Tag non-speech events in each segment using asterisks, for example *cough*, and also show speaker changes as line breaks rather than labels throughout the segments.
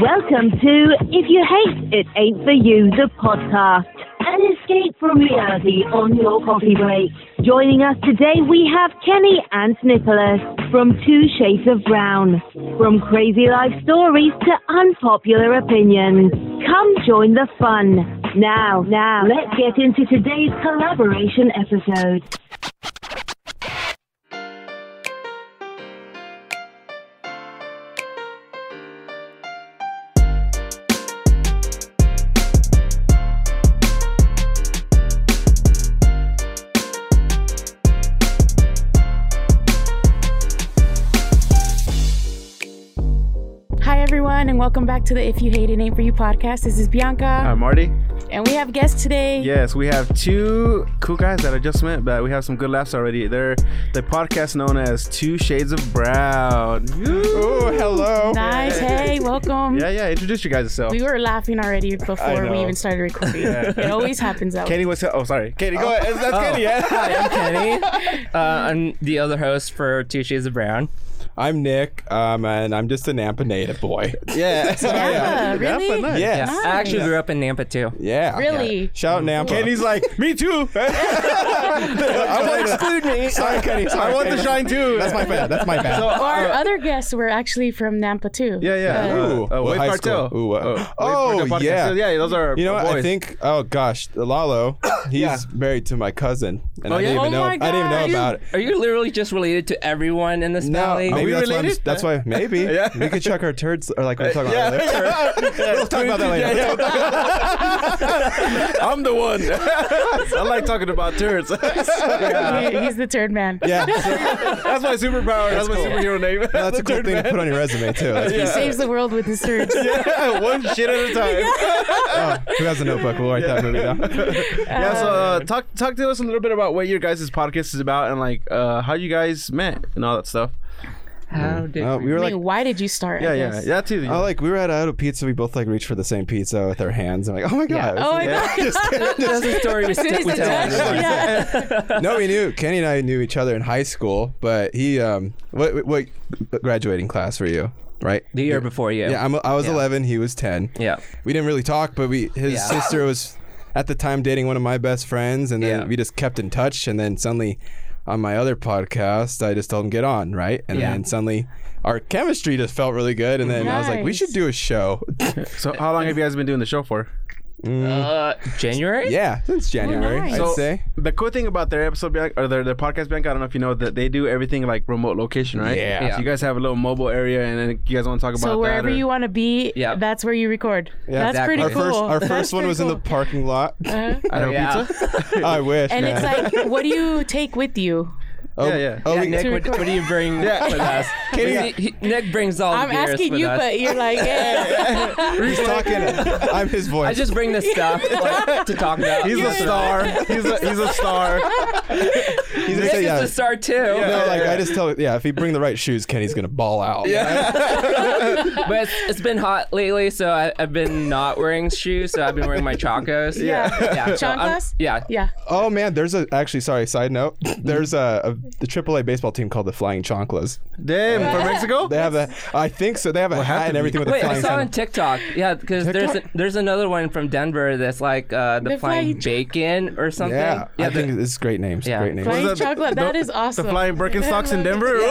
Welcome to If You Hate It Ain't For You, the podcast. An escape from reality on your coffee break. Joining us today, we have Kenny and Nicholas from Two Shades of Brown. From crazy life stories to unpopular opinions. Come join the fun. Now, now, let's get into today's collaboration episode.
Hi, everyone, and welcome back to the If You Hate It Ain't For You podcast. This is Bianca,
I'm Marty.
and we have guests today.
Yes, we have two cool guys that I just met, but we have some good laughs already. They're the podcast known as Two Shades of Brown. Oh, hello.
Nice. Hey, welcome.
Yeah, yeah. Introduce your guys yourself.
We were laughing already before we
know.
even started recording.
Yeah.
It always happens that way.
Katie was. Oh, sorry. Katie, go ahead.
Oh.
That's Katie. Yeah.
I'm Kenny. Uh, I'm the other host for Two Shades of Brown.
*laughs* I'm Nick, um, and I'm just a Nampa
*laughs*
native boy. *laughs* Yeah.
Napa, Uh, really?
Napa, nice.
Yeah.
Nice.
I actually grew up in Nampa too.
Ah. Yeah.
Really?
Shout out Nampa.
Katie's
*laughs*
like, me too. I *laughs* want exclude me.
*laughs* Sorry, Kenny. Sorry,
I want
Kenny.
the shine too.
That's my bad. That's my bad.
So,
Our
uh,
other guests were actually from Nampa too.
yeah, yeah.
Ooh,
uh, uh,
what
Wave
high
Cartel.
school? Ooh, what-
Uh, Wave
Oh,
Cartel podcast.
yeah.
yeah. Those are
you know what?
boys.
I think. Oh gosh,
*coughs*
Lalo. He's married to my cousin, and
Oh,
I
yeah?
didn't even
Oh,
know.
my
I didn't even
God.
know about it.
Are you literally just related to everyone in this
No,
valley?
we
maybe that's why, I'm,
related? *laughs*
that's why. Maybe
Yeah. Uh,
we could check our turds, or like we'll talk about
Yeah. *laughs*
that later. We'll talk about that later.
Yeah, yeah. *laughs* I'm the one. I like talking about *laughs* turds.
He- he's the third man.
Yeah, so-
That's my superpower. That's, my superhero *laughs* name.
that's a cool thing to put on your resume too. That's
He
*laughs* Yeah.
saves the world with his surge.
yeah, one shit at a time.
oh, who has a notebook? We'll write that
*laughs*
movie down.
Yeah. So uh, talk talk to us a little bit about what your guys' podcast is about and like uh, how you guys met and all that stuff.
How did
Uh, we were
I
like
mean, why did you start?
Yeah,
I
yeah,
guess?
yeah. Too.
Oh, like we were at Auto Pizza. We both like reached for the same pizza with our hands. I'm like, oh my god.
Oh my
Yeah.
god.
That's a story *laughs* we,
As
stick,
soon
we
as it
tell
touched,
everyone.
yeah.
no, we knew Kenny and I knew each other in high school, but he um, what what graduating class were you? Right.
The year before you.
Yeah, I'm, I was 11. He was 10.
Yeah.
We didn't really talk, but we his
Yeah.
sister was at the time dating one of my best friends, and then
Yeah.
we just kept in touch, and then suddenly. On my other podcast, I just told him get on, right? And
Yeah.
then suddenly our chemistry just felt really good. And then I was like, we
Nice.
should do a show. *laughs*
So how long have you guys been doing the show for?
Uh, January?
yeah, since January,
nice.
I'd
So,
say.
The cool thing about their episode bank or their, their podcast bank, I don't know if you know that they do everything like remote location, right?
Yeah.
So you guys have a little mobile area, and then you guys want to talk about
So wherever
that or-
you want to be,
Yeah.
that's where you record.
Yeah,
that's
exactly.
pretty
Our
cool.
first, our
That's
first one
pretty
was in
cool.
the parking lot.
Uh-huh.
I don't
Yeah.
pizza.
*laughs* I wish.
And
man.
it's like, what do you take with you?
oh,
Yeah, yeah.
Oh,
Yeah,
we-
Nick, what, what do you bring
*laughs*
with us?
Katie-
He- he- Nick brings all
I'm
the beers
asking
with
you,
us.
but you're like, eh.
he's
*laughs*
talking. *laughs* I'm his voice.
I just bring this stuff like, to talk about.
*laughs* He's
Yeah.
a star. He's a he's a star.
he's
Nick
just,
is
yeah.
a star too.
No, like I just tell. Yeah, if he bring the right shoes, Kenny's gonna ball out. Yeah.
But it's, it's been hot lately, so I, I've been not wearing shoes. So I've been wearing my chacos.
Yeah.
yeah. so I'm-
Chanclas?
yeah.
yeah.
Oh man, there's a actually. Sorry, side note. There's a, a the AAA baseball team called the Flying Chonclas.
Damn, from Mexico.
They have a. I think so. They have a
have
hat
to
and
be.
everything with
Wait,
the
I
flying.
saw on
sign.
TikTok. Yeah, because there's a,
TikTok?
there's another one from Denver that's like uh, the
The
flying
flying
bacon or something.
yeah, I
the-
think it's great names.
Yeah.
Great names.
Flying
that the-
chocolate.
the-
that is awesome.
The flying Birkenstocks
*laughs*
in Denver.
*laughs*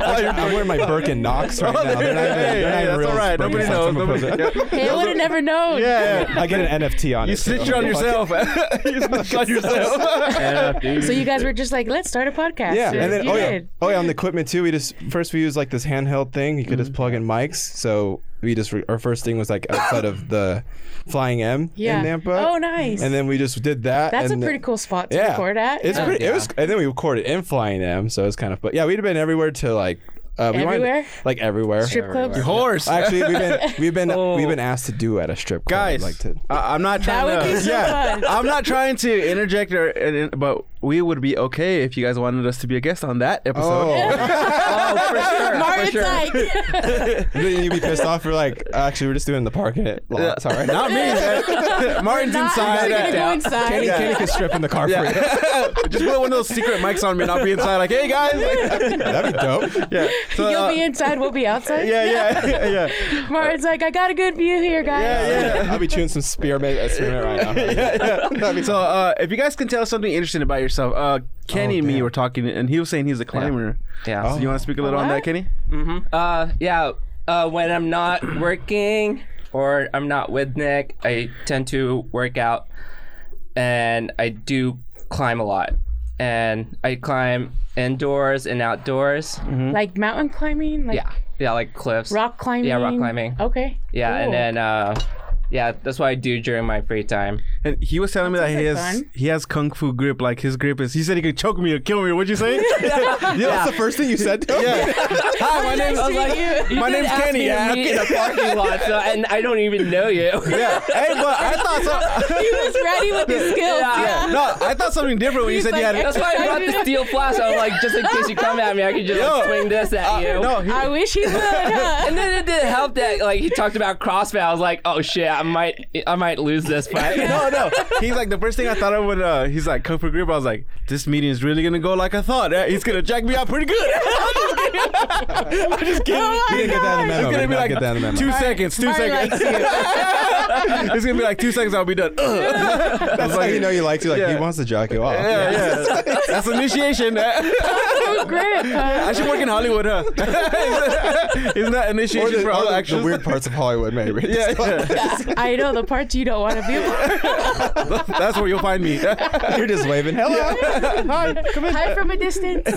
I'm wearing my Birkin Knox
*laughs*
right now. They're not even,
Hey,
they're not
hey,
even
that's
real
all right. Nobody
Birkenstocks.
knows.
Someone posted- *laughs*
Nobody-
Hey, I would
*laughs*
have never known.
Yeah, yeah.
I get an NFT on it.
You
so-
snitched on yourself. *laughs* you
*laughs*
snitched on yourself.
So you guys were just like, let's start a podcast.
Yeah, and then
you
oh yeah,
did. Mm-hmm.
oh yeah, on the equipment too. We just first we used like this handheld thing. You could just plug in mics. So we just re- our first thing was like outside of the Flying M
Yeah.
in Nampa.
Oh, nice.
And then we just did that.
That's a
and
pretty
the-
cool spot to
Yeah,
record at.
It's
Yeah.
pretty.
yeah.
It was, and then we recorded in Flying M, so it was kind of. But yeah, we'd have been everywhere to like. Uh, we wanted-
Everywhere?
like everywhere.
Strip clubs.
*laughs* Horse.
Actually, we've been
*laughs*
we've been
Oh.
we've been asked to do at a strip
*laughs*
club.
Guys,
like to.
*laughs* I, I'm not trying
would
to.
be so fun.
I'm not trying to interject or, and- and- but we would be okay if you guys wanted us to be a guest on that episode.
*laughs*
Oh,
Oh, for
*laughs*
sure. for
Marvin's
sure.
like, *laughs*
then you'd be pissed off. You're like, actually, we're just doing the park in it. Well, it's
*laughs*
all right.
Not me. man. Martin's
not
inside.
actually gonna go inside.
Kenny,
Yeah.
*laughs*
Kenny could strip in the
*laughs*
car for you.
Yeah. Just put one of those secret mics on me and I'll be inside like, hey guys.
That'd be dope.
yeah. So,
You'll
uh,
be inside, we'll be outside.
*laughs* yeah, yeah, yeah, yeah.
Marvin's like, I got a good view here, guys.
Yeah, yeah.
I'll be chewing some spearmint, uh, spearmint *laughs* right now.
yeah, yeah. So, uh, if you guys can tell us something interesting about yourself, uh, Kenny
Oh,
and me
damn.
were talking, and he was saying he's a climber.
Yeah.
So you want to speak a little on
What?
that, Kenny?
Uh, yeah. Uh, when I'm not working or I'm not with Nick, I tend to work out, and I do climb a lot, and I climb indoors and outdoors.
Like mountain climbing? Like
Yeah, yeah, like cliffs.
Mm-hmm. rock climbing?
Yeah, rock climbing.
Okay.
Yeah,
cool.
and then uh, yeah, that's what I do during my free time.
And he was telling me that
sounds
he has
like fun.
he has kung fu grip. Like his grip is. He said he could choke me or kill me. What'd
*laughs*
you say?
Yeah, that's the first thing you said. To him?
Oh,
Hi, my name's
nice to meet you.
My name's Kenny, yeah.
in a parking lot, so, and I don't even know
*laughs*
you.
yeah. Hey, but I thought
*laughs*
so.
He was ready with his skills.
Yeah.
no, I thought something different when you
He's
said you
like,
had.
That's why I brought the steel flask. I'm like, just in case you come at me, I can just like,
Yo. Uh,
swing this at you.
no, he,
I wish he would.
*laughs*
Huh?
And then it didn't help that like he talked about CrossFit. I was like, oh shit, I might, I might lose this fight.
*laughs* no, no. He's like the first thing I thought of when uh, he's like kung fu grip. I was like, this meeting is really gonna go like I thought. Eh, He's gonna jack me out pretty good. *laughs* I'm just kidding. I'm just
You
kidding.
didn't get that
It's
in the memo.
gonna
Did
be
not
like
get that in the memo.
two seconds. Two
Martin
seconds.
likes
*laughs*
you.
it's gonna be like two seconds. I'll be done.
*laughs*
Ugh.
That's how you know you liked it. Like
Yeah.
he wants to jack you off.
Yeah, yeah. That's initiation. *laughs* I
So great, Oh, huh?
should work in Hollywood, huh? *laughs* Isn't that
Or
initiation
the,
for
or
all
the- the
actions?
weird parts of Hollywood, *laughs* maybe.
Yeah, yeah.
I know the parts you don't want to be a part.
*laughs* That's where you'll find me.
*laughs* You're just waving hello.
*laughs* Hi, come in.
Hi from a
*laughs*
distance.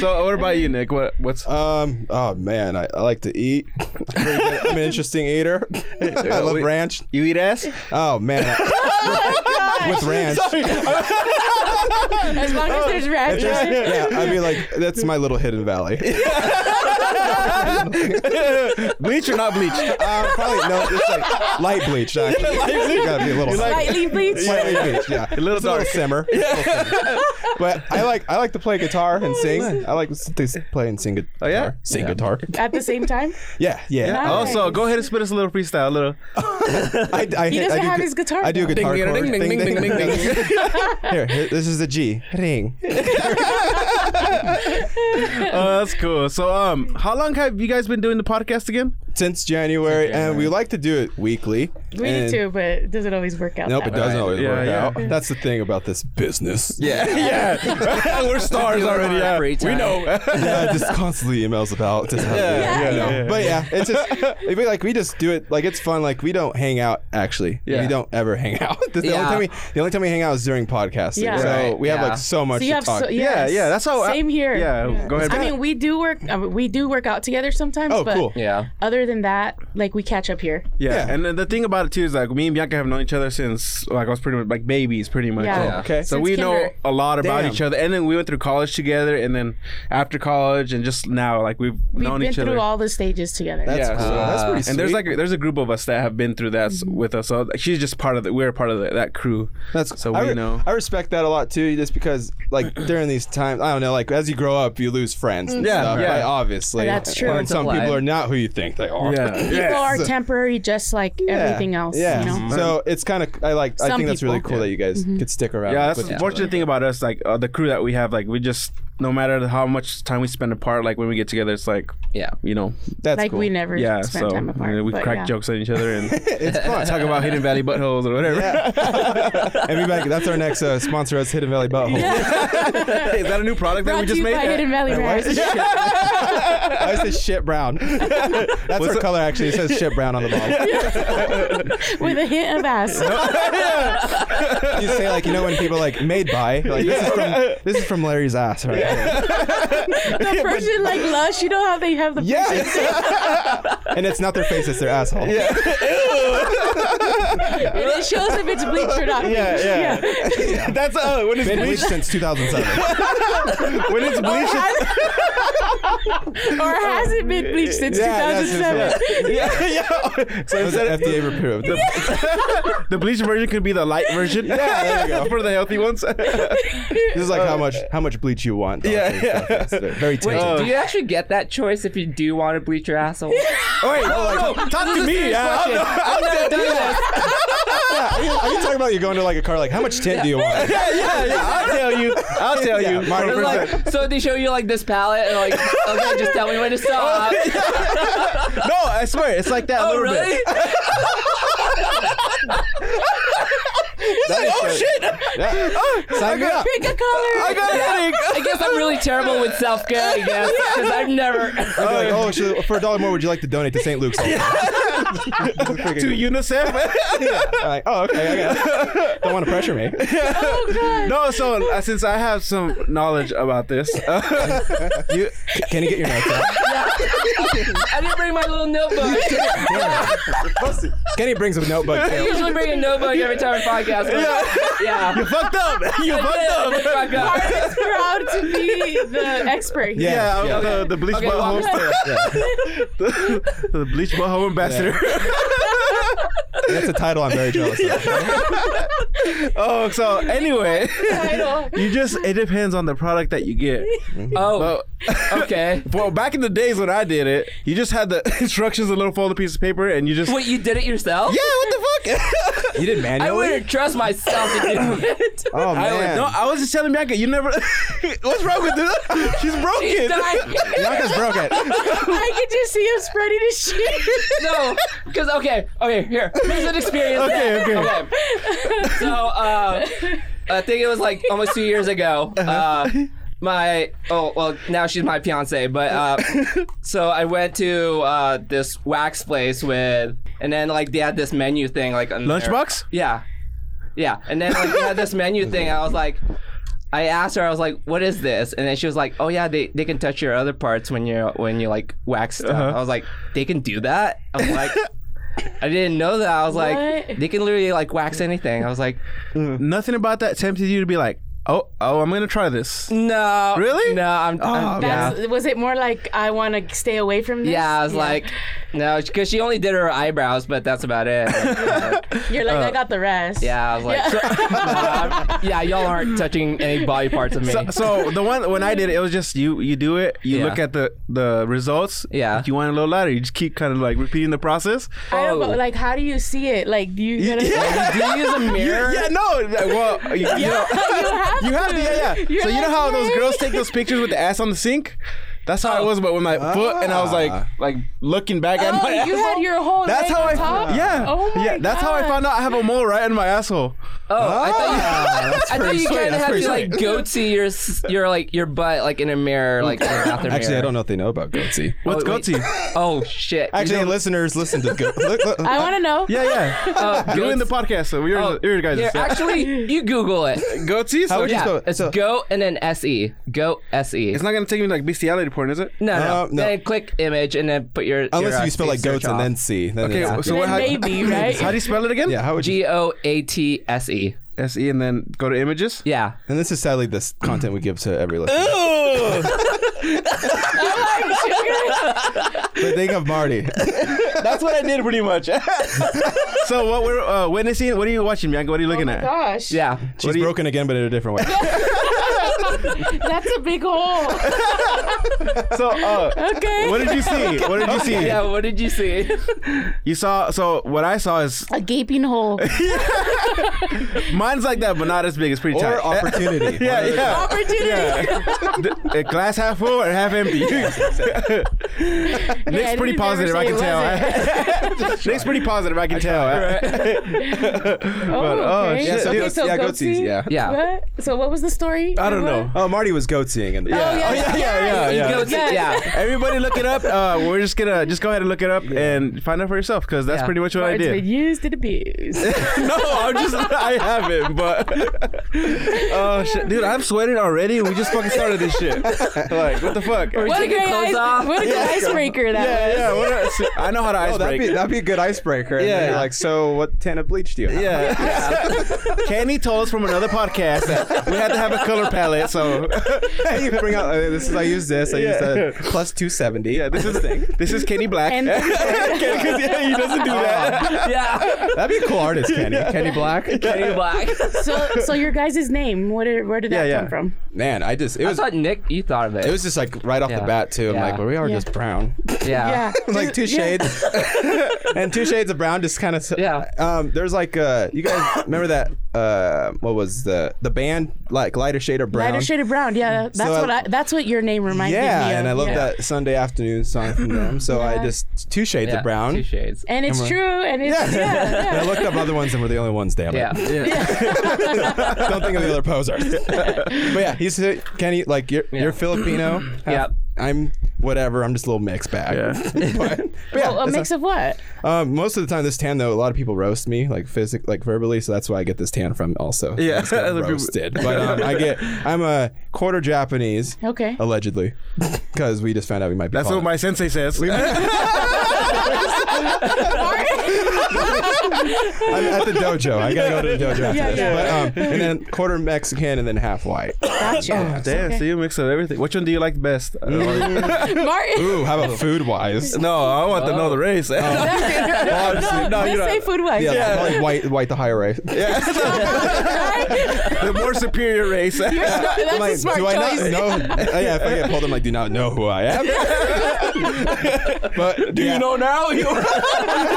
So, what about you, Nick? What, what's
Um. Oh man, I, I like to eat. I'm pretty good- I'm an interesting eater. I love
we-
ranch.
you eat ass?
Oh *laughs* man, Oh I- with ranch.
as long as there's ranch.
*laughs*
Just- yeah, I mean, like that's my little hidden valley.
*laughs* bleach or not bleach?
*laughs* Uh, probably no, just like light bleach. Actually, gotta be a little
Lightly bleached.
slightly bleach. Yeah, a
little
It's a
dark.
little simmer. It's a little simmer. but I like I like to play guitar and sing. I like to s- play and sing. Guitar.
Oh, yeah?
sing guitar.
At the same time,
Yeah, yeah.
Yeah.
Oh, so go ahead and spit us a little freestyle, a little.
I, I,
He
I
doesn't
do,
have
gu-
his guitar
I do
down.
guitar
Ding,
chord.
ding, ding, ding, ding, ding,
*laughs* Here, here, this is the G. Ring.
Oh, that's cool. So, um, how long have you guys been doing the podcast again?
Since January, and we like to do it weekly.
we
and-
need to, but it doesn't always work out.
Nope,
that
it
way.
doesn't always
Yeah,
work
yeah.
out. That's the thing about this business. *laughs*
yeah. We're stars already. Yeah.
Free
We
time.
know.
yeah, just constantly emails about just how to do it,
Yeah,
you
yeah,
know.
yeah.
But yeah, it's
*laughs*
just we, like we just do it like it's fun. Like we don't hang out actually.
Yeah.
We don't ever hang out. *laughs* the,
Yeah.
only time we the only time we hang out is during podcasting.
Yeah.
So
Right,
we have
yeah.
like so much
So you
to
have
talk.
so,
Yeah,
yes.
yeah. That's how.
Same here.
Yeah. Go ahead.
I mean, we do work. I mean, we do work out together sometimes.
Oh,
but
cool.
*laughs* Yeah.
Other than that, like we catch up here.
Yeah.
Yeah.
and and the thing about it too is like me and Bianca have known each other since like I was pretty much like babies, pretty much.
Yeah.
Yeah.
Okay.
So
Since
we know
kinder.
a lot about
Damn.
each other, and then we went through college together, and then after college, and just now, like we've,
We've
known
been
each
through
other.
all the stages together.
That's
Yeah,
cool.
so-
That's pretty
and there's
sweet.
like there's a group of us that have been through that
Mm-hmm.
s with us. So she's just part of the we're part of the, that crew.
That's
so
I
we
re-
know.
I respect that a lot too, just because like *clears throat* during these times, I don't know, like as you grow up, you lose friends. And
Yeah,
stuff,
yeah.
right? obviously.
Mm-hmm. That's true.
And some
It's a
people
lie.
are not who you think they are.
yeah.
People are
So-
temporary, just like everything else.
Yeah. Mm-hmm.
You know.
So it's kind of I like. I
Some
think that's really
people. Mm-hmm.
cool that you guys could stick around.
Yeah, that's
with
the
each
fortunate
other.
thing about us. Like uh, the crew that we have, like we just no matter how much time we spend apart, like when we get together, it's like
Yeah.
you know,
That's
Like
cool.
we never
yeah.
spend
So
time apart.
uh, we
but
crack
yeah. *laughs*
jokes at each other and
It's fun.
talk about hidden valley buttholes or whatever.
Everybody, that's our next uh, sponsor. Us Hidden Valley
*laughs*
Butthole.
Is that a new product that
Brought
we
to
just
you
made?
by
*laughs*
Hidden Valley
*laughs*
Ranch.
Why is this shit brown? *laughs* that's our
it-
color. Actually, it says shit brown on the bottle.
with a hint of ass.
*laughs* you say like you know when people like made by. Like, this, is from, this is from Larry's ass, right?
The person like lush. You know how they have the
Yeah. and it's not their face, it's their asshole. Yeah.
and it shows if it's bleached or not.
*laughs*
Yeah, yeah. That's uh, when it's
Been
bleached.
bleached since 2007.
*laughs* When
Oh,
it's bleached, it's-
Or has it been bleached since
Yeah, that's just
2007? *laughs*
yeah, yeah. So
It was
instead of
FDA approved.
*laughs* the bleached version could be the light version. Yeah, *laughs*
there you go.
for the
*laughs*
healthy ones. *laughs*
This is like how much how much bleach you want. on
Yeah,
your
yeah.
stuff. It's Very
Wait,
tinted.
do you actually get that choice if you do want to bleach your asshole?
Oh, wait, no, no, *laughs* talk to me. Yeah, I don't know.
I've never done this.
Yeah, are, you, are you talking about you're going to like a car? Like how much tint do
*laughs*
you
*laughs*
want?
yeah, yeah, yeah. I'll tell you.
*laughs*
I'll tell
Yeah,
you.
Marty
It's like, so they show you like this palette, and like, okay, just tell me when
*laughs*
to stop.
*laughs* no, I swear, it's like that a
Oh,
little
really?
bit.
*laughs*
Oh shit! *laughs* Oh,
Sign me up.
Pick a color.
I got a headache.
I guess I'm really terrible with self care, I
*laughs*
guess, because I've never. *laughs*
I'd be like, oh, so for a dollar more, would you like to donate to St. Luke's?
To
*laughs*
UNICEF. *laughs*
I'm *laughs* like, oh, okay, I got it. Don't want to pressure me.
no, so uh, since I have some knowledge about this, uh,
You, can you get your notes out?
I didn't bring my
*laughs*
little notebook.
Kenny brings a notebook.
*laughs*
I
too.
usually bring a notebook every time I podcast. but- Yeah.
*laughs* you fucked up. *laughs* You
I did,
fucked up.
I
*laughs*
did fuck up.
Proud to be the expert. here.
Yeah,
Yeah,
I'm
yeah.
the, the bleach
Okay,
butthole,
well,
*laughs* the bleach butthole ambassador.
That's a title I'm very jealous of.
*laughs* Oh, so
*laughs*
anyway,
Title.
you just it depends on the product that you get.
Oh,
Well,
okay.
*laughs* well, back in the days when I did it, you just had the *laughs* instructions on a little folded piece of paper, and you just
Wait, you did it yourself?
yeah, what the fuck?
*laughs* You did
I
manually?
wouldn't trust myself to do
*laughs*
it.
oh
I was,
man,
no, I was just telling Bianca, you never. *laughs* What's wrong with this? *laughs* She's broken.
*laughs* She's dying.
Bianca's broke
*laughs*
it.
*laughs* I could just see him spreading his shit.
No, because okay, okay, here, here's an experience.
Okay, okay.
So, uh, I think it was like almost two years ago. Uh, my oh well, now she's my fiance, but uh, so I went to uh, this wax place with, and then like they had this menu thing like on their-
Lunchbox?
Yeah, yeah, and then like they had this menu thing. I was like. I asked her. I was like, "What is this?" And then she was like, "Oh yeah, they, they can touch your other parts when you're when you like wax stuff." I was like, "They can do that?" I was like, "I didn't know that." I was like,
What?
"They can literally like wax anything." I was like,
Nothing about that tempted you to be like, oh, oh, I'm gonna try this.
"No,
Really?
No, I'm, I'm- yeah,
That's, *laughs* Was it more like I want to stay away from this?
yeah." I was like, "No," because she only did her eyebrows, but that's about *laughs* it.
you're like I got the rest.
uh, yeah, I was like, "No, I'm- "Yeah, y'all aren't touching any body parts of me."
So, so the one when I did it, it was just you. You do it. You
Yeah.
look at the the results.
Yeah.
If you want a little louder, you just keep kind of like repeating the process.
I don't know,
Oh.
like how do you see it? Like do you?
*laughs*
Gotta,
do you use a mirror?
yeah. No. like, Well. You, you know, *laughs* you have to. Yeah. Yeah.
You're
so you know how
like,
those
"Hey."
girls take those pictures with the ass on the sink. That's how it was, but with my foot, and I was like,
Ah.
like looking back
*laughs*
at
Oh,
my.
you
asshole.
had your whole.
That's
leg
how
on
I.
Top? *laughs*
Yeah.
Oh my
yeah. That's how I
God.
found out I have a mole right in my asshole.
Oh, I thought you. I thought
pretty
you
sweet,
kind of
ah, that's
have
pretty
to like
sweet.
go to your s- your like your butt like in a mirror like in a bathroom
Actually,
mirror.
I don't know if they know about goatee.
What's
wait.
goatee?
Oh shit! You
Actually,
don't-
listeners, listen
*laughs*
to goat.
I want to know. *laughs*
Yeah. Yeah.
*laughs*
oh,
*laughs* You're in the
goats-
podcast, so you're,
oh,
you're guys.
here,
so-
actually, you
*laughs*
Google it.
goatee. So
would you
yeah.
spell-
Yeah,
So-
it's
so-
go and then se go E. se.
It's not gonna take me like bestiality porn, is it?
no, no,
Uh, no.
Then click image and then put your
Unless
your, uh,
you spell like goats and then C. Then
Okay,
it's-
so what, how,
Then
*laughs*
maybe, right?
how do you spell it again?
yeah, how would you?
g o a t s e.
S E and then go to images.
Yeah,
And this is sadly this content we give to every
*laughs*
listener. But think of *laughs* Marty.
That's what I did pretty much. so what we're uh, witnessing? What are you watching, Bianca? What are you
Oh
looking at?
Gosh,
*laughs*
yeah.
She's
do you-
broken again, but in
*laughs*
a different way.
that's a big hole.
So uh,
Okay.
what did you see? What did you see?
Yeah, what did you see? *laughs*
You saw. So what I saw is
a gaping hole.
*laughs* mine's like that, but not as big. It's pretty tight.
or
*laughs*
opportunity.
yeah, yeah.
*laughs* Opportunity.
The- the glass half full or half empty. *laughs* Nick's
didn't
pretty
ever
positive. I
say
can
it
tell. *laughs* Nick's pretty positive. I can tell.
Oh,
*laughs* But, oh,
okay.
shit,
Yeah, so
Oh, okay,
goats-
oh,
so
yeah,
goats
goatees,
eat-
yeah.
Yeah.
What? So what was the story?
I don't know.
know.
Oh, Marty was goat seeing in the
Oh, yeah,
Oh, yeah, yeah, yeah,
You
yeah.
go to- yeah. *laughs*
Everybody look it up. Uh, we're just gonna just go ahead and look it up and find out for yourself because that's
Yeah.
pretty much what I
Words
*laughs*
been
did.
used and abused.
no, I'm just I haven't, but *laughs* oh shit, dude, I'm sweating already. and We just fucking started this shit. Like, what the fuck?
what a
Taking
great
clothes
ice,
off.
what a good icebreaker that
Yeah,
was.
yeah. What are, see, I know how to
Oh, that'd
icebreak.
be that'd be a good icebreaker. And then
Yeah.
you're like, so what tan of bleach do you have? *laughs*
*laughs* yeah. Candy told us from another podcast that we had to have a color palette, so
you bring out uh, this is I use this. I use
Yeah.
that plus two seventy.
yeah, *laughs* this
*laughs*
is *laughs* thing. This is Kenny Black.
And-
Because *laughs* yeah, he doesn't do that.
Yeah.
Ah. That'd be a cool artist,
*laughs*
Kenny. Kenny Black.
Kenny Black.
So, so your guys' name, where did, where did that
Yeah, yeah.
come from?
Man, I just it
I
was
thought Nick, you thought of it.
it was just like right off
Yeah.
the bat too. I'm
Yeah.
like, well, we are
Yeah.
just brown.
*laughs*
*laughs*
Yeah.
yeah.
like two
Yeah.
shades, *laughs* and two shades of brown just kind of.
Yeah.
Um, there's like uh, you guys remember that uh, what was the the band like lighter shade of brown?
Lighter shade of brown. Yeah, that's
I-
what I, that's what your name reminds me
Yeah,
of.
and I love
yeah.
that Sunday afternoon song from them. So I just two shades
Yeah,
of brown.
Two shades.
And it's
Am I-
true. And it's yeah.
*laughs*
yeah,
And I looked up other ones and we're the only ones. Damn it. *laughs*
Yeah.
Don't think of the other posers. *laughs* but yeah, he's uh, Kenny. Like you're, you're Filipino.
Yeah.
I'm whatever. I'm just a little mixed bag.
Yeah.
but, but yeah,
Well, a
that's
mix of what?
how- um, most of the time this tan though, a lot of people roast me like physic, like verbally. So that's why I get this tan from also.
Yeah,
I just got
*laughs* other people-
roasted. But um, I
*laughs*
get I'm a quarter Japanese
Okay.
allegedly because we just found out we might be.
That's what my sensei says.
I'm at the dojo. I gotta go
*laughs*
to the dojo. After
Yeah,
this.
yeah.
But, um, and then quarter Mexican and then half
*laughs*
white.
Gotcha.
Damn, so you mix up everything. Which one do you like best? *laughs* I don't know.
Martin.
Ooh, how about food wise?
No, I want to know the
*laughs*
race.
no,
Oh. *laughs* Obviously, no,
let's
you
say
know,
food wise.
Yeah, probably white, white the higher race. *laughs*
the more superior race. *laughs*
You're smart. That's
like,
a smart
do
choice.
I *laughs*
*laughs*
not know? Uh, yeah, if I get pulled, I'm like, do not know who I am. *laughs* but do you know
now? *laughs* You,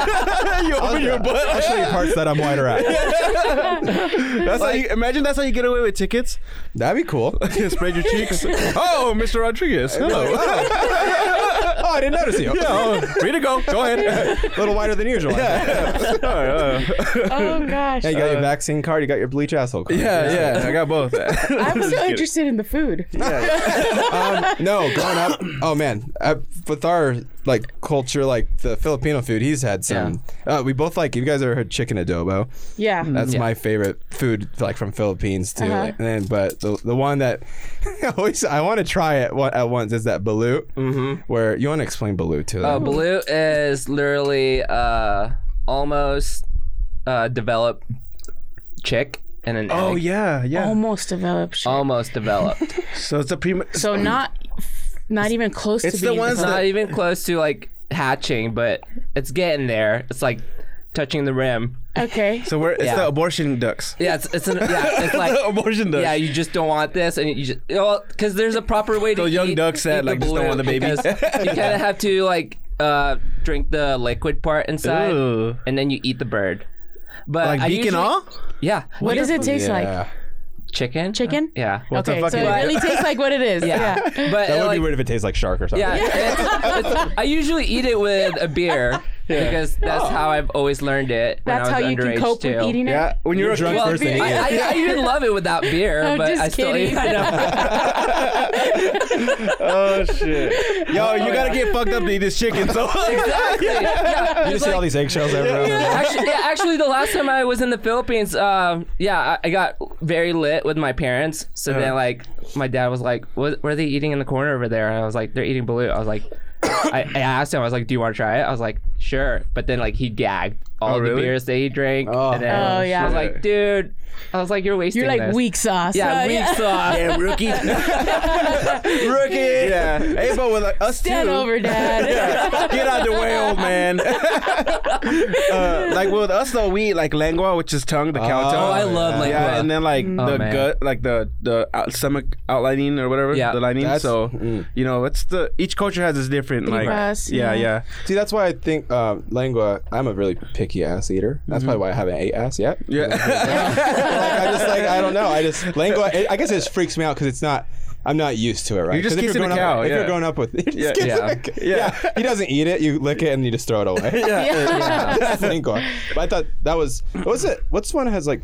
you
I'll,
open your butt.
I'll show you parts that I'm whiter at.
*laughs* That's how you, imagine that's how you get away with tickets. *laughs*
That'd be cool.
Spread your *laughs* cheeks. Oh, Mr. Rodriguez. Hello. *laughs*
Oh, I didn't notice you.
Yeah, oh, free to go. Go ahead.
A little whiter than usual. Yeah.
yeah,
Oh gosh.
Hey, you got your vaccine card. You got your bleach asshole card.
yeah. I got both. *laughs*
I'm still interested in the food.
um, no, growing up, oh man, I, with our like culture, like the Filipino food, he's had some. Uh, we both like. You guys ever heard chicken adobo?
Yeah.
That's my favorite food, like from Philippines too.
Uh-huh.
And then, but the, the one that *laughs* I always I want to try it one, at once is that balut, mm-hmm. where you want to explain balut to them.
Uh, blue is literally uh, almost uh, developed chick and an
Oh
egg.
yeah, yeah.
Almost developed. shit.
Almost developed.
so it's a pre.
so not, not even close
It's
to
the
being
ones
it's
developed.
not even close to like hatching, but it's getting there. It's like touching the rim.
Okay.
So we're it's
Yeah.
the abortion ducks.
Yeah, it's it's an,
*laughs*
yeah, it's like
abortion ducks.
yeah, you just don't want this, and you just well, because there's a proper way to.
The young
eat,
duck said,
eat
like, just don't
blue
want the baby.
because you
*laughs*
kind of have to like uh, drink the liquid part inside,
Ooh.
and then you eat the bird. But
like
I
beacon
usually-
all.
Yeah,
what does it taste like?
yeah.
chicken?
Chicken?
Yeah.
the
Okay.
fuck
So
is
it
that?
really tastes like what it is.
Yeah.
Yeah.
But
That
uh,
would
like,
be weird if it tastes like shark or something.
Yeah, it's- it's- I usually eat it with
*laughs*
a beer because that's how I've always learned it. when I
That's
was
how you can
underage,
cope
too.
with eating it.
Yeah, when you're,
You're
drunk
drunk
first,
I,
then you
*laughs*
eat it.
I, I even love it without
*laughs*
beer,
I'm
but
just
I still
kidding.
eat
*laughs*
I know.
Oh shit. Yo, you gotta get fucked up to eat this chicken. So
*laughs*
Exactly. Yeah,
You
it's
just see all
like-
these eggshells everywhere.
Actually, yeah, actually, the last time I was in the Philippines, um, yeah, I, I got very lit with my parents. So then, like, my dad was like, what, what are they eating in the corner over there? And I was like, they're eating balut. I was like, *coughs* I, I asked him, I was like, do you want to try it? I was like, sure. But then, like, he gagged all
Oh,
the
really?
beers that he drank.
Oh.
and then
Oh, yeah.
I was like, dude, I was like, you're wasting
You're like
this.
weak sauce.
Yeah,
Uh,
weak
*laughs*
sauce.
yeah, rookie. *laughs* rookie. Yeah. Hey, but with us
Stand
too.
over, Dad.
Get out the way, old
*laughs*
man. uh, like with us though, we eat like lengua, which is tongue, the cow
Oh,
tongue.
Oh, I love
Yeah,
like
Yeah, and then like the
man.
gut, like the the out, stomach outlining or whatever,
Yeah.
the lining.
That's-
so
mm.
you know, it's the each culture has its different. Like,
Us,
yeah,
yeah.
yeah,
See, that's why I think um, lengua. I'm a really picky ass eater. That's probably why I haven't ate ass yet.
Mm-hmm. yeah.
*laughs* like, I just like I don't know. I just lengua. I- I guess it just freaks me out because it's not. I'm not used to it, right?
You're just
'Cause if
kissing a
growing
cow,
Up, If
yeah.
you're growing up with, *laughs* You're just
Yeah.
kissing
Yeah.
a c- yeah. *laughs* he doesn't eat it. You lick it and you just throw it away.
*laughs*
*laughs*
*laughs*
yeah.
That's lengua. But I thought that was what's it? What's one that has like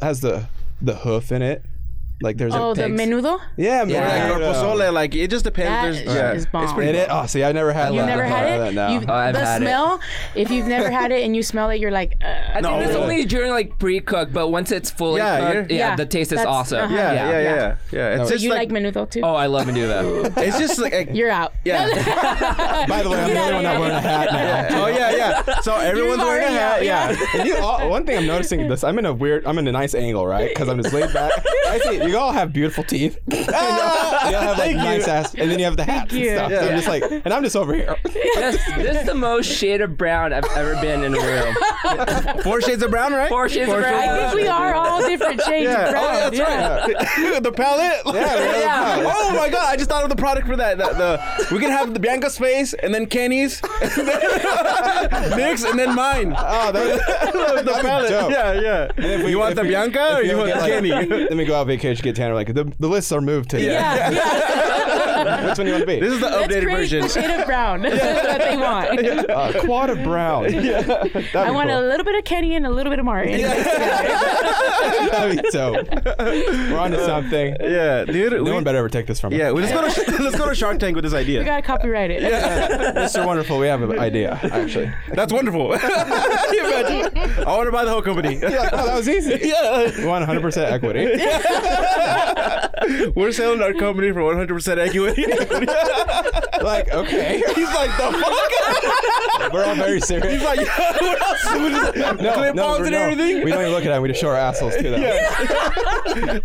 has the the hoof in it? Like there's
Oh,
a
the
pig.
menudo?
yeah,
Yeah.
man.
*laughs* Like, pozole, like it just
That
depends. There's, yeah,
is bomb.
it's pretty.
It is, oh, see, I never had.
You
that.
never had
Uh,
it?
No.
You,
I've
the
had it.
smell, if you've never had it and you smell it, you're like,
I
uh,
think it's
No. oh,
only during like pre-cooked, but once it's fully
Yeah,
cooked,
you're-
yeah,
Yeah,
the taste is
that's-
awesome.
uh-huh.
Yeah, yeah, yeah,
Yeah.
yeah. It's just
you
like,
like, menudo too?
Oh, I love menudo.
*laughs* it's
*laughs*
just like a-
You're out.
yeah.
By the way, I'm the only one not wearing a hat now.
*laughs*
Oh,
oh yeah, yeah.
*laughs*
So everyone's
You've
wearing a
already
hat.
out,
Yeah.
And you all, one thing I'm noticing is this I'm in a weird, I'm in a nice angle, right? Because I'm just laid back. I see you all have beautiful *laughs* teeth. Ah, you all *laughs* have like nice ass, and then you have the hats and
you.
stuff. So I'm just like, and I'm just over
*laughs*
here.
this, this is the most shade of brown I've ever been in a *laughs* room.
Four shades of brown, right?
Four shades of brown.
I think we are
*laughs*
all different shades
Yeah.
of brown.
Oh, that's
yeah.
right. *laughs* the palette. *laughs*
Yeah, yeah.
Oh my god! I just thought of the product for that. The, the- we can have the Bianca's face, and then Kenny's, *laughs* and then Nick's, and then
*laughs*
mine.
*laughs*
*laughs*
Oh, that
the
that'd be
palette.
dope.
Yeah, yeah.
if we-
you want
if
the
we-
Bianca or
if we
you want
ever
the
get, *laughs*
Kenny?
like, Let me go out vacation, get Tanner. Like the, the lists are moved to.
Yeah,
*laughs*
yeah.
Which one you want to be?
This is the
Let's
updated
create
version.
the shade of brown *laughs* that they want.
uh, quad of brown. *laughs* Yeah.
I want a little bit of Kenny and a little bit of Martin. *laughs*
*laughs* That'd be dope. We're on to something.
*laughs* Yeah, dude. we,
No one better ever take this from us.
Yeah, well, let's go to sh- *laughs* let's go to Shark Tank with this idea.
We gotta copyright it.
Mr. Wonderful, we have an idea, actually.
*laughs* That's wonderful. *laughs* Can you imagine? I want to buy the whole company.
You're like, oh, that was easy.
*laughs* Yeah.
We want 100% equity.
We're selling our company for 100% equity. *laughs*
like, okay.
He's like, the fuck?
We're all very serious.
He's like, yeah, what else? We
*laughs*
just clip ons
we're-
and everything.
We don't even look at him. We just show our assholes to them. *laughs*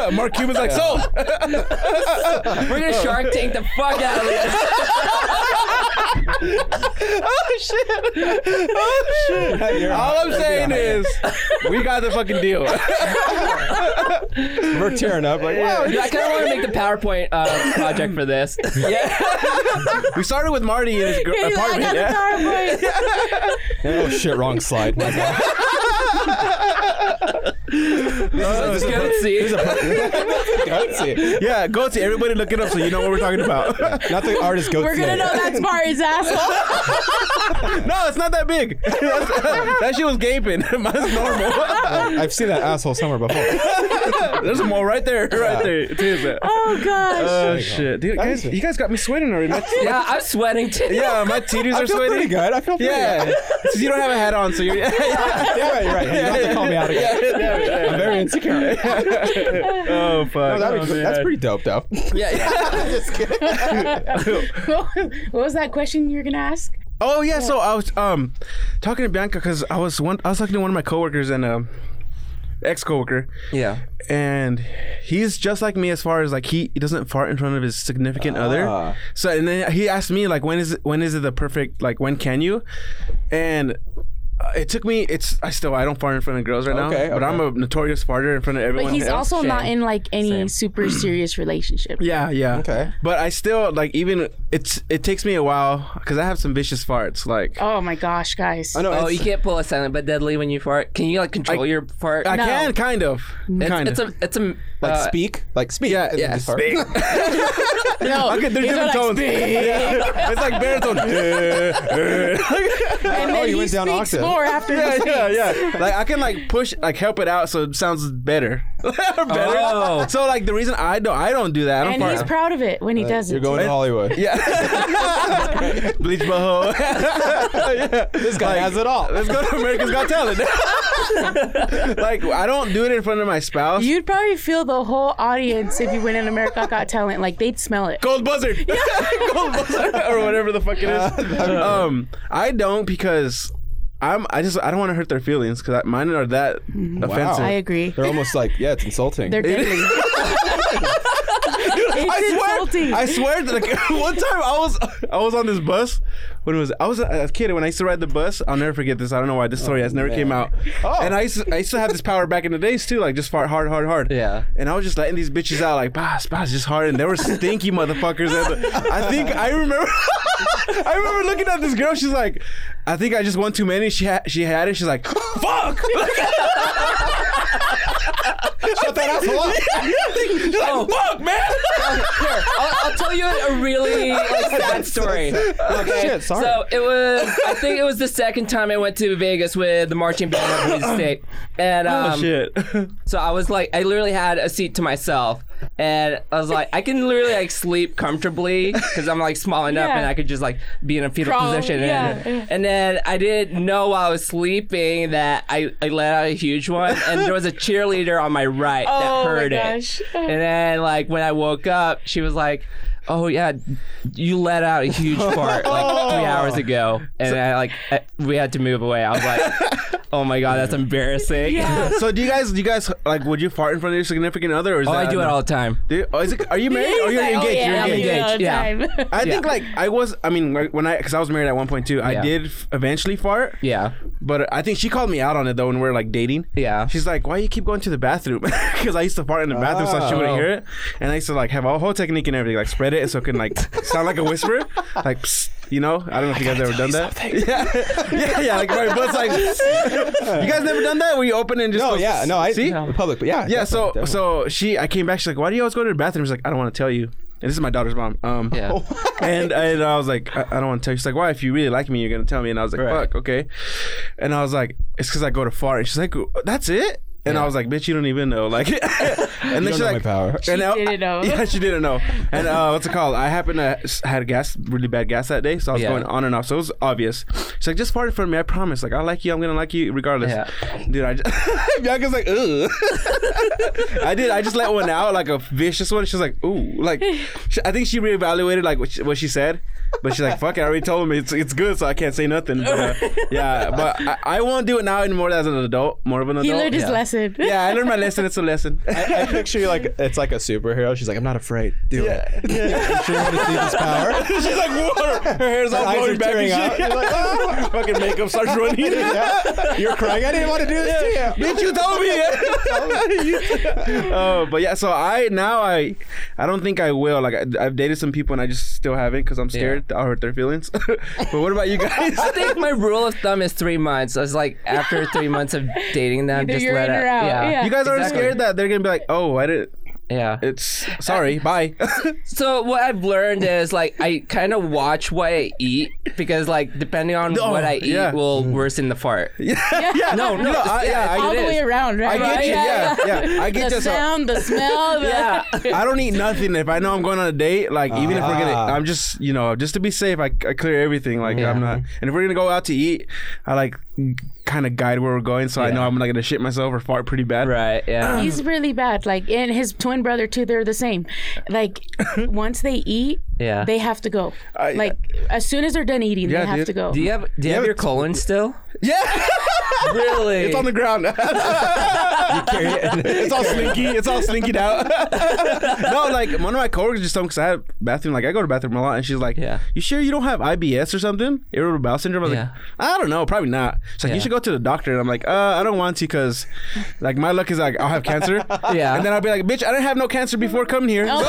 Uh, Mark Cuban's like, sold.
We're gonna Shark Tank the fuck out of
*laughs*
this.
Oh, All I'm saying is, we got the fucking deal.
we're tearing up. Like, wow.
Dude, I kind of want to make the PowerPoint uh, project
*laughs*
for this.
we started with Marty in his gr-
He's like,
apartment.
"I got
yeah?
the PowerPoint."
Oh shit! Wrong slide. My bad.
*laughs*
Let's go and see.
*laughs* Gutsy.
yeah, go to everybody look it up so you know what we're talking about.
*laughs* Not the artist goat.
We're gonna know
snake.
that's Martin's asshole.
*laughs* no, it's not that big. *laughs* that shit was gaping. *laughs* Mine's *laughs* normal.
I've seen that asshole
*laughs*
somewhere before.
There's a mole right there, right there. It is that.
Oh gosh.
Oh shit, dude! Guys,
it.
you guys got me sweating already. My-
Yeah, I'm sweating too.
*laughs* yeah, my titties
I
are
feel pretty
sweating.
good. I feel pretty
Yeah, *laughs*
good.
Since you don't have a hat on, so you're. *laughs* yeah,
You're right. You're right. You don't have to call me out again. I'm
*laughs* yeah.
very insecure.
Oh fuck!
That'd be-
Oh,
that's
man.
pretty
*laughs*
dope, though. *laughs*
yeah, yeah.
what was that question you were gonna ask?
Oh yeah, so I was um talking to Bianca because I was one I was talking to one of my coworkers and um ex coworker
*laughs* yeah.
and he's just like me as far as like he doesn't fart in front of his significant
Ah.
other. So and then he asked me like when is it, when is it the perfect like when can you? And uh, it took me it's I still I don't fart in front of girls right now,
Okay,
but
okay.
I'm a notorious farter in front of everyone.
But he's
else.
also
shame.
not in like any
Same.
super serious relationship.
Yeah, yeah.
Okay.
But I still like even it's it takes me a while because I have some vicious farts like.
Oh my gosh, guys.
I know.
Oh,
it's-
you can't pull a silent but deadly when you fart. Can you like control
I-
your fart?
I
No.
can kind of,
it's,
kind
it's
of.
a it's a
like
uh,
speak, like speak.
Yeah,
and
yeah,
just fart.
speak. *laughs*
No,
Okay, there's
you go
different
like,
tones.
"Speak."
*laughs* Yeah. It's like baritone.
*laughs*
Oh,
And then
you
he
went down
speaks
octave.
more after
*laughs* yeah,
this.
yeah, yeah.
*laughs*
Like I can like push, like help it out, so it sounds better. *laughs* better.
Oh.
So like the reason I don't, I don't do that. I don't
And
fart.
he's proud of it when he does
You're
it.
going to Hollywood.
*laughs* yeah. *laughs* Bleach my hole. yeah.
This guy has it
*laughs*
all.
Let's go to America's Got Talent. *laughs* like I don't do it in front of my spouse.
You'd probably feel the whole audience if you went in America Got Talent. Like they'd smell it.
Gold buzzard. *laughs* Gold buzzard or whatever the fuck it is. Um, I don't because I'm. I just I don't want to hurt their feelings because mine are that offensive.
I agree.
They're almost like, yeah, it's
*laughs*
insulting.
They're *laughs*
Oh,
deadly. it's insulting.
I swear that like, *laughs* one time I was I was on this bus when it was I was a, a kid when I used to ride the bus I'll never forget this I don't know why this story has never came out and I used to, I used to have this power back in the days too like just fart hard hard hard
Yeah.
and I was just letting these bitches out like bah bah just hard and they were stinky motherfuckers and I think I remember *laughs* I remember looking at this girl she's *laughs* like I think I just won too many she ha- she had it she's like fuck
*laughs* Shut that
*laughs*
asshole up.
Oh,
Fuck, *laughs* man.
here, I'll, I'll tell you a really like,
*laughs*
sad story. Okay,
Shit, sorry.
so it was. I think it was the second time I went to Vegas with the marching band of Boise State, and um,
Shit. *laughs*
so I was like, I literally had a seat to myself, and I was like, I can literally like sleep comfortably because I'm like small enough,
Yeah.
and I could just like be in a fetal
Crawl,
position. And,
yeah.
and then I didn't know while I was sleeping that I, I let out a huge one, and there was a cheerleader on my right
Oh,
that
my
heard
gosh.
it. And then like when I woke up, she was like. Oh yeah, you let out
*laughs*
a huge fart like
Oh.
three hours ago, and I like I- we had to move away. I
*laughs*
was like, "Oh my god, that's embarrassing."
Yeah.
so do you guys? Do you guys like? Would you fart in front of your significant other? Or is
Oh,
that
I do it all the time.
Do you- oh, is it, are
*laughs*
you married? Are you
He's like,
engaged?
Oh,
You're
yeah,
engaged.
I'll do it all the time.
I think like I was. I mean, like, when I because I was married at one point too. I
Yeah.
did f- eventually fart.
Yeah.
But I think she called me out on it though when we were like dating.
Yeah.
She's like, "Why you keep going to the bathroom?" *laughs* Because I used to fart in the bathroom so she wouldn't
Oh.
hear it, and I used to like have a whole technique and everything, like spread it so it can like sound like a whisper, like psst, you know. I don't know if you guys ever done that. *laughs* Yeah, yeah, yeah. Like my butt's like. psst. you guys never done that? Where you open it and just
No,
go,
Oh, yeah, no, I
See?
the public, but yeah,
Yeah, so
definitely,
so she, I came back. She's like, "Why do you always go to the bathroom?" She's like, "I don't want to tell you." And this is my daughter's mom. Um,
Yeah.
*laughs*
Oh
and and I was like, I, I don't want to tell you. She's like, Why? If you really like me, you're gonna tell me. And I was like,
Right.
Fuck, okay. And I was like, It's because I go to fart. And she's like, That's it. And I was like, Bitch, you don't even know. Like, *laughs* and then
don't
she's
know
like,
my power.
and
She
I-
didn't know.
*laughs* Yeah, she didn't know. And uh, what's it called? I happened to s- had gas, really bad gas that day, so I was
Yeah.
going on and off. So it was obvious. She's like, Just fart in front of me. I promise. Like, I like you. I'm gonna like you regardless.
Yeah.
Dude, I just *laughs* Bianca's like, ugh. I did. I just let one out, like a vicious one. She's like, ooh, like she, I think she reevaluated like what she, what she said, but she's like, fuck it, I already told him it's it's good, so I can't say nothing. But,
*laughs*
uh, yeah, but I, I won't do it now anymore as an adult, more of an
*laughs*
adult.
He learned his
yeah.
lesson.
Yeah, I learned my lesson. It's a lesson.
I, I picture you like it's like a superhero. She's like, I'm not afraid. Do it. *laughs* *laughs* Yeah. she want to see this power.
*laughs* she's like, what? Her hair's all
eyes
blowing
are
back and
tearing
shit.
out. You're like, "Ah."
*laughs* Fucking makeup starts running.
Yeah. *laughs* You're crying. I didn't want to do this to you.
Bitch, you told me. *laughs* Oh, but yeah. So I now I I don't think I will. Like I, I've dated some people and I just still haven't because I'm scared I'll hurt their feelings. *laughs* but what
*laughs*
about you guys?
I think my rule of thumb is three months. I was like, after three months of
*laughs*
dating them,
Either
just
you're
let
in
it.
or out. Yeah.
Yeah.
you guys aren't
Exactly.
scared that they're gonna be like, oh, I did.
yeah.
It's sorry. Bye. *laughs*
So what I've learned is like I kind of watch what I eat because like depending on
Oh,
what I eat
yeah.
will worsen the fart.
yeah.
*laughs*
Yeah.
No, no,
I,
yeah,
yeah. I,
All
it
the
is.
way around,
I
right?
get
Right? *laughs*
you. Yeah. Yeah. I get
The
this.
sound, the
*laughs*
smell. The
Yeah.
I don't eat nothing if I know I'm going on a date. Like even if we're gonna,
Ah.
I'm just you know just to be safe, I, I clear everything. Like
Yeah.
I'm not, and if we're gonna go out to eat, I like kind of guide where we're going, so I know
Yeah.
I'm not gonna shit myself or fart pretty bad.
*laughs* Right. Yeah.
He's really bad. Like, and his twin brother too. They're the same. Like, once they eat,
Yeah.
they have to go.
I-
like, as soon as they're done eating,
Yeah,
they have
dude.
to go.
do you have Do you have your colon still?
Yeah,
Really?
it's on the ground. *laughs* it's all slinky. It's all slinkied out.
*laughs*
no, like one of my coworkers just told me because I have bathroom. Like I go to bathroom a lot, and she's like,
Yeah.
you sure you don't have IBS or something? Irritable bowel syndrome." I was like,
Yeah.
"I don't know, probably not." She's like, "You
Yeah.
should go to the doctor." And I'm like, "Uh, I don't want to because, like, my luck is like I'll have cancer."
*laughs* Yeah.
And then I'll be like, "Bitch, I didn't have no cancer before coming here."
Oh.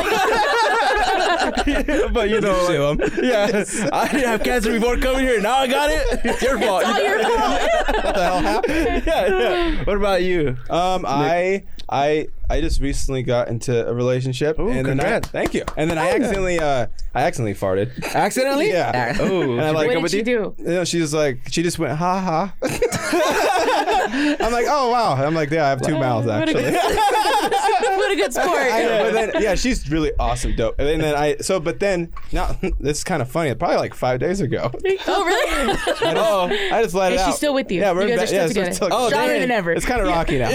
*laughs* but you know,
*laughs*
like,
*laughs* Sue him.
yeah, *laughs* I didn't have cancer before coming here. Now I got it. It's your fault.
all
*laughs*
your fault.
What the hell happened?
*laughs*
yeah, yeah. What about you?
Um, I, I, I just recently got into a relationship,
Ooh,
and then I,
congrats.
thank you. And then
Oh,
I accidentally, uh, I accidentally farted.
*laughs* Accidentally?
Yeah.
Yeah. *laughs*
Oh,
And I like-
What
Go
did she do?
You know, she was like, she just went, ha ha. *laughs* I'm like, oh wow. I'm like, yeah, I have two mouths
What a
actually. *laughs*
good, what a good sport.
I know, but then yeah, she's really awesome, dope. And then I so, but then now *laughs* this is kind of funny. Probably like five days ago.
*laughs* *laughs* Oh, really? *laughs*
I just, I just let it
And
out.
she's still with you?
Yeah, we're
You guys are still
ba- yeah, so
together.
it's still-
Oh, Stronger dang. than ever.
It's kind of
*laughs*
rocky now.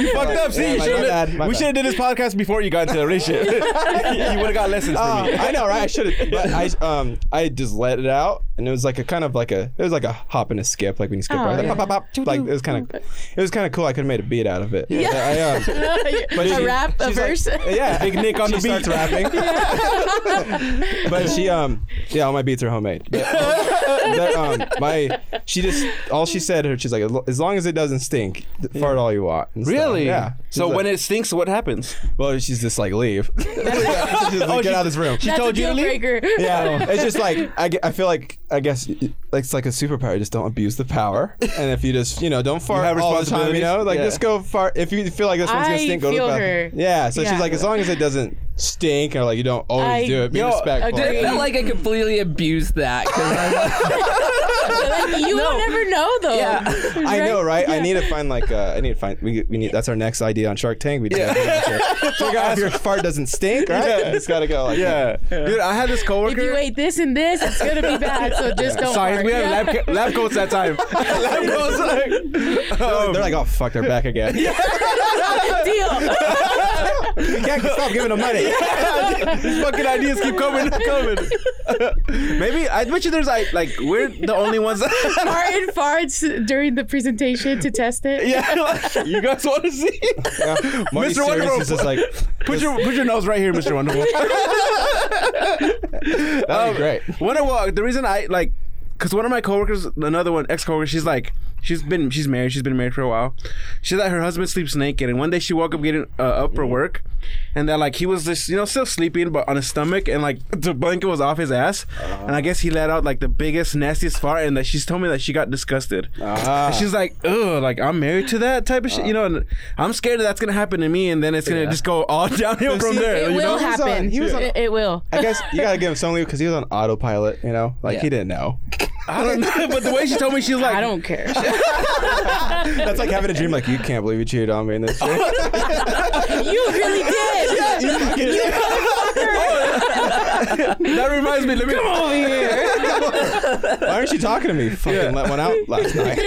you
fucked up. See, you should've- we should have did this podcast before you got into the
*laughs*
relationship. *laughs* you would have got lessons from me.
Oh, I know, right? I should have. But I um I just let it out, and it was like a kind of like a it was like a hop and a skip, like when you skip
Oh,
right, like,
yeah.
pop, pop, pop, like it was kind of it was kind of cool. I could have made a beat out of it. Yeah, I, um,
a
she-
rap, a
she's like-
verse.
yeah,
Big Nick on
she
the beat. *laughs*
starts *laughs* rapping. but she um yeah, all my beats are homemade. But, but, um, my she just all she said her she's like as long as it doesn't stink, fart all you want. and stuff.
Really?
yeah.
So when it stinks, what happens?
well she's just like
*laughs*
leave. *laughs* She's like, get out of this room.
Oh,
*laughs*
She
That's
told
a
you to
deal
leave.
breaker.
Yeah, it's just like I, get- I feel like I guess y- it's like a superpower. Just don't abuse the power. And if you just, you know, don't fart
have
all the time, you know,
responsibilities?
like
Yeah.
just go fart. If you feel like this one's
I
gonna stink, go to the
feel her.
bathroom. Yeah. So
Yeah.
she's like, as long as it doesn't stink or like you don't always
I-
do it, be
Yo,
respectful.
agree.
I felt like I completely abused that because
*laughs*
I'm like,
Like,
*laughs*
you will never know though. *laughs*
Yeah.
*laughs* I know, right? I
Yeah.
need to find like uh, I need to find we, we need that's our next idea on Shark Tank. We need to
*laughs*
have figure out if your fart doesn't stink, right?
Yeah.
It's gotta go. Like,
Yeah. dude, I had this
If
coworker.
you ate this and this, it's gonna be bad. So just don't.
Science,
worry.
we had
Yeah.
lab, co- lab coats that time. lab coats. Like,
They're like-
um, *laughs*
they're like, oh fuck, they're back
*laughs*
again.
deal.
We can't stop giving
*laughs*
them money.
These fucking ideas keep
*laughs*
coming, coming. *laughs* Maybe I bet you there's like like we're the only ones. that- *laughs*
Fart and farts during the presentation to test it.
yeah, *laughs* you guys want to
*laughs*
see?
Yeah. Marty
Mr.
Serious
Wonderful.
is just like
Put your put your nose right here, Mr. Wonderful.
*laughs* that'd be great.
One of well, the reason I like, cause one of my coworkers, another one, ex coworker, she's like, she's been, she's married, she's been married for a while. She let her husband sleeps naked, and one day she woke up getting uh, up for work, and that like he was just, you know, still sleeping, but on his stomach, and like *laughs* the blanket was off his ass, and I guess he let out like the biggest, nastiest fart, and that she's told me that she got disgusted.
Ah.
And she's like, ugh, like I'm married to that type of shit, you know, and I'm scared that that's gonna happen to me, and then it's gonna just go all *laughs* downhill from
see,
there.
It
you
will
know?
He was on-
happen.
he was on-
it, it will.
I guess you gotta give him some leeway because he was on autopilot. You know, like
Yeah.
he didn't know.
I don't know, but the way she told me, she was
*laughs*
like,
I don't care.
That's like having a dream. Like you can't believe you cheated on me in this. dream."
you really did.
You fucking-
That reminds me. Let me come *laughs* over here.
Why aren't you talking to me? Fucking let one out last night.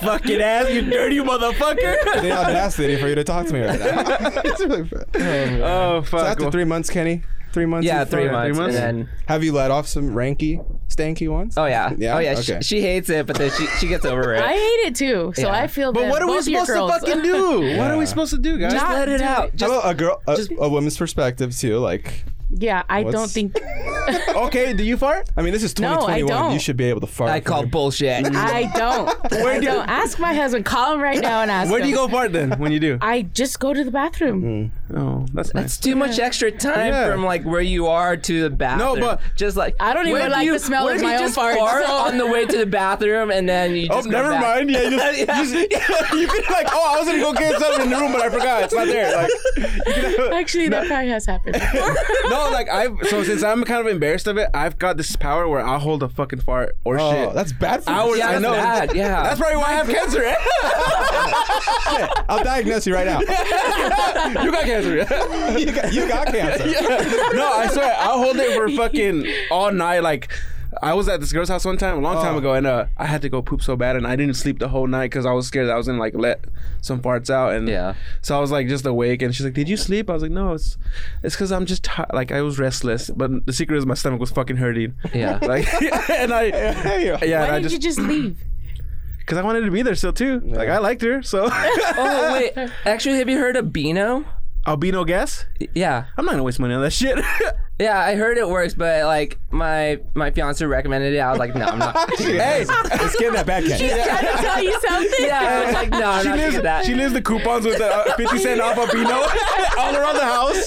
Fucking ass, you dirty motherfucker.
the audacity for you to talk to me right now. It's really bad.
*laughs* Oh fuck.
so after three months, Kenny, three months.
yeah,
in
three
Florida?
months,
months?
and then
Have you let off some ranky, stanky ones?
oh yeah,
Yeah?
oh yeah.
Okay.
She, she hates it, but then she she gets over *laughs* it.
I hate it too. So
Yeah.
I feel.
but
bad.
what are we
Both your
supposed to
girls. *laughs*
fucking do? What are we supposed to do, guys?
Not
Let it
do
out.
How
Oh.
Just
about a girl, a,
just-
a woman's perspective too? Like,
Yeah, I
What's-
don't think
okay, do you fart?
I mean, this is
No, I
2021.
don't.
You should be able to fart.
I call bullshit.
I don't. I
do you-
don't. Ask my husband. Call him right now and ask.
Where do you
him.
go fart then? When you do?
I just go to the bathroom.
Oh, that's
It's
nice.
too much extra time
Yeah.
from like where you are to the bathroom.
but-
just like
I don't even
what if
like
you-
the smell
what
of
if you
my own
just
farts, *laughs*
fart
so-
on the way to the bathroom and then you
Oh,
just go
never
back. *laughs*
mind. Yeah, just, *laughs*
Yeah.
you
*laughs*
just- you could like, oh, I was gonna go get something in the room, but I forgot. It's not there. Like, you could have-
Actually, that probably has
*laughs*
happened. before.
no, like I've so since I'm kind of embarrassed of it, I've got this power where I'll hold a fucking fart or
Oh,
shit.
that's bad for
hours.
you.
Yeah,
I
that's
know.
bad, yeah.
that's probably why I have cancer. *laughs*
I'll diagnose you right now.
you got cancer.
you, got, you got cancer.
no, I swear, I'll hold it for fucking all night. Like, I was at this girl's house one time, a long time
Oh.
ago, and uh, I had to go poop so bad, and I didn't sleep the whole night because I was scared that I was gonna like let some farts out, and
Yeah.
So I was like just awake, and she's like, "Did you sleep?" I was like, "No, it's it's because I'm just ti like I was restless, but the secret is my stomach was fucking hurting."
Yeah.
*laughs* like, and I yeah,
Hey, yo.
and
Why
I
did you
just
just leave?
*laughs* because I wanted to be there still too. Like I liked her, so *laughs*
Oh wait, actually, have you heard of Beano?
albino gas.
Yeah,
I'm not gonna waste money on that shit. *laughs*
yeah. I heard it works, but like my my fiance recommended it. I was like, no,
*laughs*
I'm not.
hey,
Let's get in that back end.
Trying to tell you something.
yeah, I was like, no, I'm
She
not
lives,
doing that.
she lives the coupons with the uh, 50 cent off of Pino *laughs* all around the house.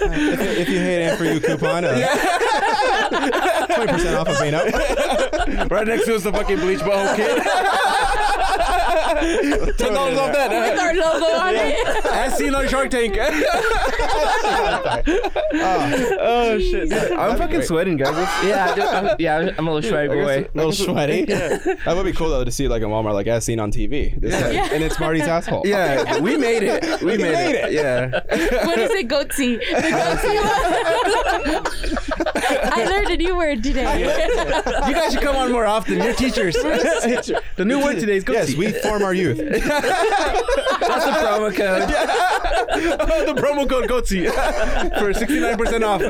If, if you hate Amp for You coupon, uh, 20% off of Vino.
*laughs* Right next to us, the fucking bleach butthole
*laughs*
kid. Ten dollars off
*laughs*
that.
With our logo on it.
As seen on Shark Tank. oh shit! I'm fucking sweating, guys. That's-
yeah, dude, I'm, yeah, I'm a little shy boy.
A
*laughs*
little sweaty. That would be cool though to see like in Walmart, like as seen on TV. It's like-
Yeah.
And it's Marty's asshole.
Yeah, we made it. We made,
made
it. Yeah.
*laughs* What is it, goatee? The goatee one.
*laughs*
*laughs* I learned a new word today.
You guys should come on more often. You're teachers. *laughs* the new word today is go
Yes, we form
*laughs*
our youth.
That's the promo code.
the promo code GOTSI *laughs* for 69% off.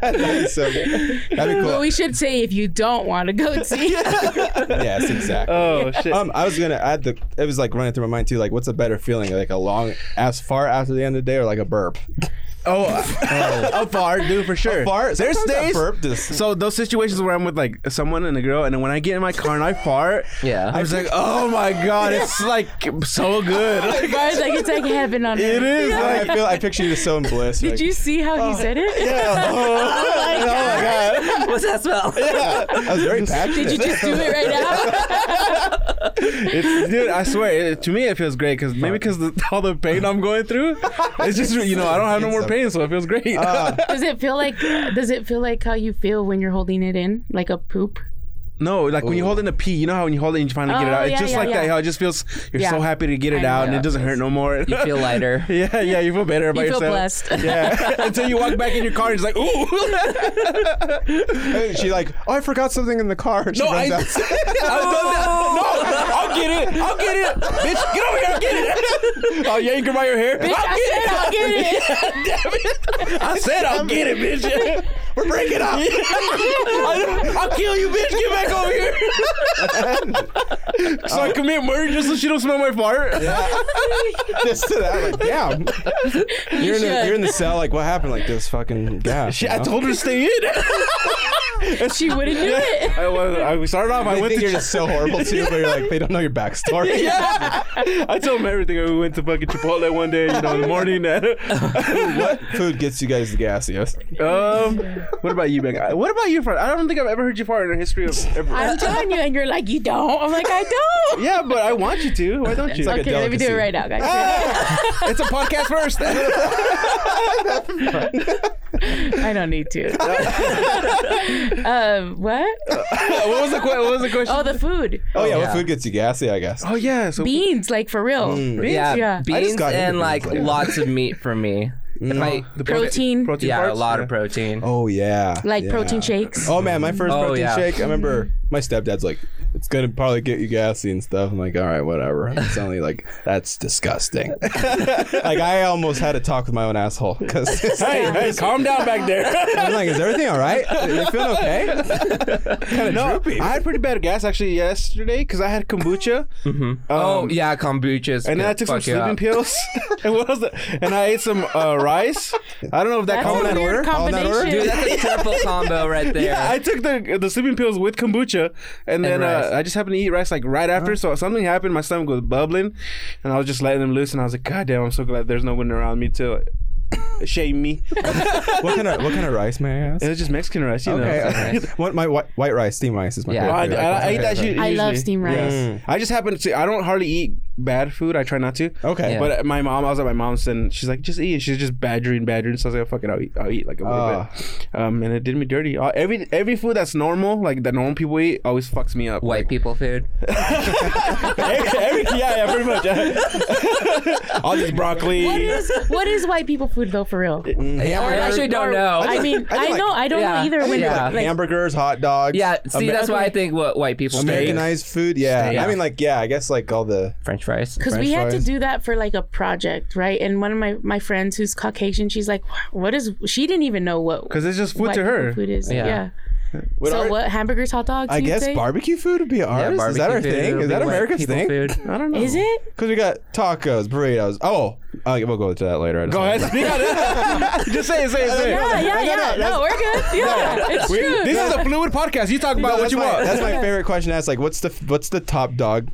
That'd be *laughs* so good.
*laughs*
That'd be
But
cool.
we should say if you don't want a
*laughs*
goatee. *laughs*
yes, exactly.
Oh shit.
um, I was gonna add the. It was like running through my mind too. Like, what's a better feeling? Like a long, as far after the end of the day, or like a burp?
Oh, *laughs* a fart, dude, for sure.
Fart.
There's
Sometimes
days.
I burp this.
So those situations where I'm with like someone and a girl, and then when I get in my car and I fart,
Yeah.
I'm just like, oh my god, it's like so good. Like,
Barb's *laughs* like, it's like heaven on earth.
it is.
*laughs*
Oh.
I
Like,
feel. I picture you just so in
*laughs*
bliss.
Did you see how he said it?
*laughs* Yeah. Oh
was that smell?
*laughs*
I was very passionate.
Did you
*laughs*
just do it right now?
It's, dude, I swear, it, to me it feels great because maybe because all the *laughs* pain I'm going through, it's just you know I don't have no more pain, so it feels great.
Uh,
does it feel like? Does it feel like how you feel when you're holding it in, like a poop?
*laughs* no, like when you hold in a pee, you know how when you hold it and you finally get it
Oh,
out, it's
yeah,
just
yeah,
like that.
yeah.
How it just feels, you're
Yeah.
so happy to get it
I know.
out and
Yeah.
it doesn't hurt no more.
*laughs* you feel lighter.
*laughs* yeah, yeah, you feel better about
You feel
yourself.
blessed.
Yeah, until you walk back in your car and it's like,
*laughs*
ooh.
Hey, she like, oh, I forgot something in the car. She
No, *laughs* I,
runs
I've done
out.
that. No, I'll get it. I'll get it. Bitch, get over here. Get *laughs* it. Oh, yeah, you can buy your hair. Bitch, I'll get it. I'll *laughs* get it. damn it. I said I'll get it, *laughs* bitch. We're breaking
*laughs*
up. I'll kill you, bitch. Get back over here. *laughs* so I commit murder just so she don't smell my fart.
this to that. I'm like,
*laughs*
damn. You're in, the, you're in the cell. Like, what happened? Like this fucking gas.
*laughs* She,
you
I
know?
told her to stay in.
She wouldn't
*laughs*
do it.
*laughs* I, I, we started off. I
They
went
think
to
you're just so horrible too, but you're like, they don't know your backstory.
*laughs* Yeah. *laughs* I told him everything. We went to fucking Chipotle one day, you know, in the morning. *laughs*
what food gets you guys the gas? Yes.
*laughs*
um, what about you, Meg? I- What about you, fart? I don't think I've ever heard you fart in the
*laughs*
history of ever.
*laughs* I'm telling you, and you're like, you don't. I'm like, I
*laughs*
don't.
yeah, but I want you to. Why don't you?
like a
okay, let me do it right
delicacy.
now, guys.
it's a podcast first.
*laughs*
*laughs*
I don't need to. um, what?
what was the que- What was the question?
Oh, the food.
Oh yeah,
yeah.
what food gets you gassy? I guess.
Oh, yeah. So
Beans, like for real.
Yeah,
Yeah.
I just
beans
got into
and
beans
like
lately.
lots of meat for me. If I-
the
Protein.
yeah,
parts?
a lot
Yeah.
of protein.
Oh yeah.
Like
yeah.
protein shakes.
Oh man, my first
Oh,
protein
yeah.
shake. I remember my stepdad's like, it's gonna probably get you gassy and stuff. I'm like, all right, whatever. It's only like that's *laughs* disgusting. like I almost had a talk with my own asshole because
Hey,
*laughs*
hey, calm down back there.
I'm like, is everything all right? You feeling okay?
no, I had pretty bad gas actually yesterday because I had
*laughs*
kombucha.
*laughs*
Um,
oh yeah, kombucha's.
And then
gonna
I took some
fuck you up.
sleeping pills. *laughs* and what else? And I ate some uh, rice. I don't know if that
That's a
comes
weird
in order.
combination.
Dude, that's a triple combo right there.
Yeah, I took the the sleeping pills with kombucha, and then
rice.
uh, I just happened to eat rice like right after. So something happened. My stomach was bubbling, and I was just letting them loose. And I was like, God damn, I'm so glad there's no one around me to *coughs* like, shame me.
what kind of what kind of rice may I ask?
It was just Mexican rice, you know.
Okay. what my white, white rice, steamed rice is my
Yeah.
I, I,
favorite. Mm. food.
I ate that shit.
I love
usually.
steamed rice.
Yeah. I just happen to. I don't hardly eat bad food. I try not to.
Okay.
Yeah.
But my mom, I was at my mom's, and she's like, "Just eat." And she's just badgering, badgering. So I was like, "Oh, "Fuck it, I'll eat. I'll eat like a little
Ah.
bit." Um, and it did me dirty. Uh, every every food that's normal, like that normal people eat, always fucks me up.
White people food.
every, every, yeah, yeah, pretty much. *laughs* All this broccoli.
What is what is white people food though for real?
Yeah, I actually don't
Or-
know.
I mean,
I
I,
think
know
like-
I don't
yeah,
know either.
I
When
think
yeah.
like
like,
hamburgers, hot dogs.
yeah, see,
Amer-
that's why I think what white people food is
Americanized food. Yeah.
Yeah.
I mean, like, yeah, I guess like all the.
French fries.
because we
French
had to
fries.
do that for like a project, right? And one of my my friends who's Caucasian, she's like, "What is?" She didn't even know what
Because it's just food
white
to
people
her.
food is.
Yeah.
Yeah.
What
So
are-
what hamburgers, hot dogs?
I
you'd
guess
say?
barbecue food would be ours. is that our
barbecue food
thing?
would
Is
be
that
white
America's
people
thing?
Food.
I don't know.
Is
*laughs*
it?
Because we got tacos, burritos. Oh, uh, we'll go into that later. I just
Go ahead. Speak on it. *laughs* just say it. Say it. Say
Yeah,
it.
yeah, yeah. No, we're good. Yeah, it's
We-
true.
this is a fluid podcast. You talk
No,
about what
that's
you
my,
want.
That's
*laughs*
my favorite question. to Ask like, what's the what's the top dog?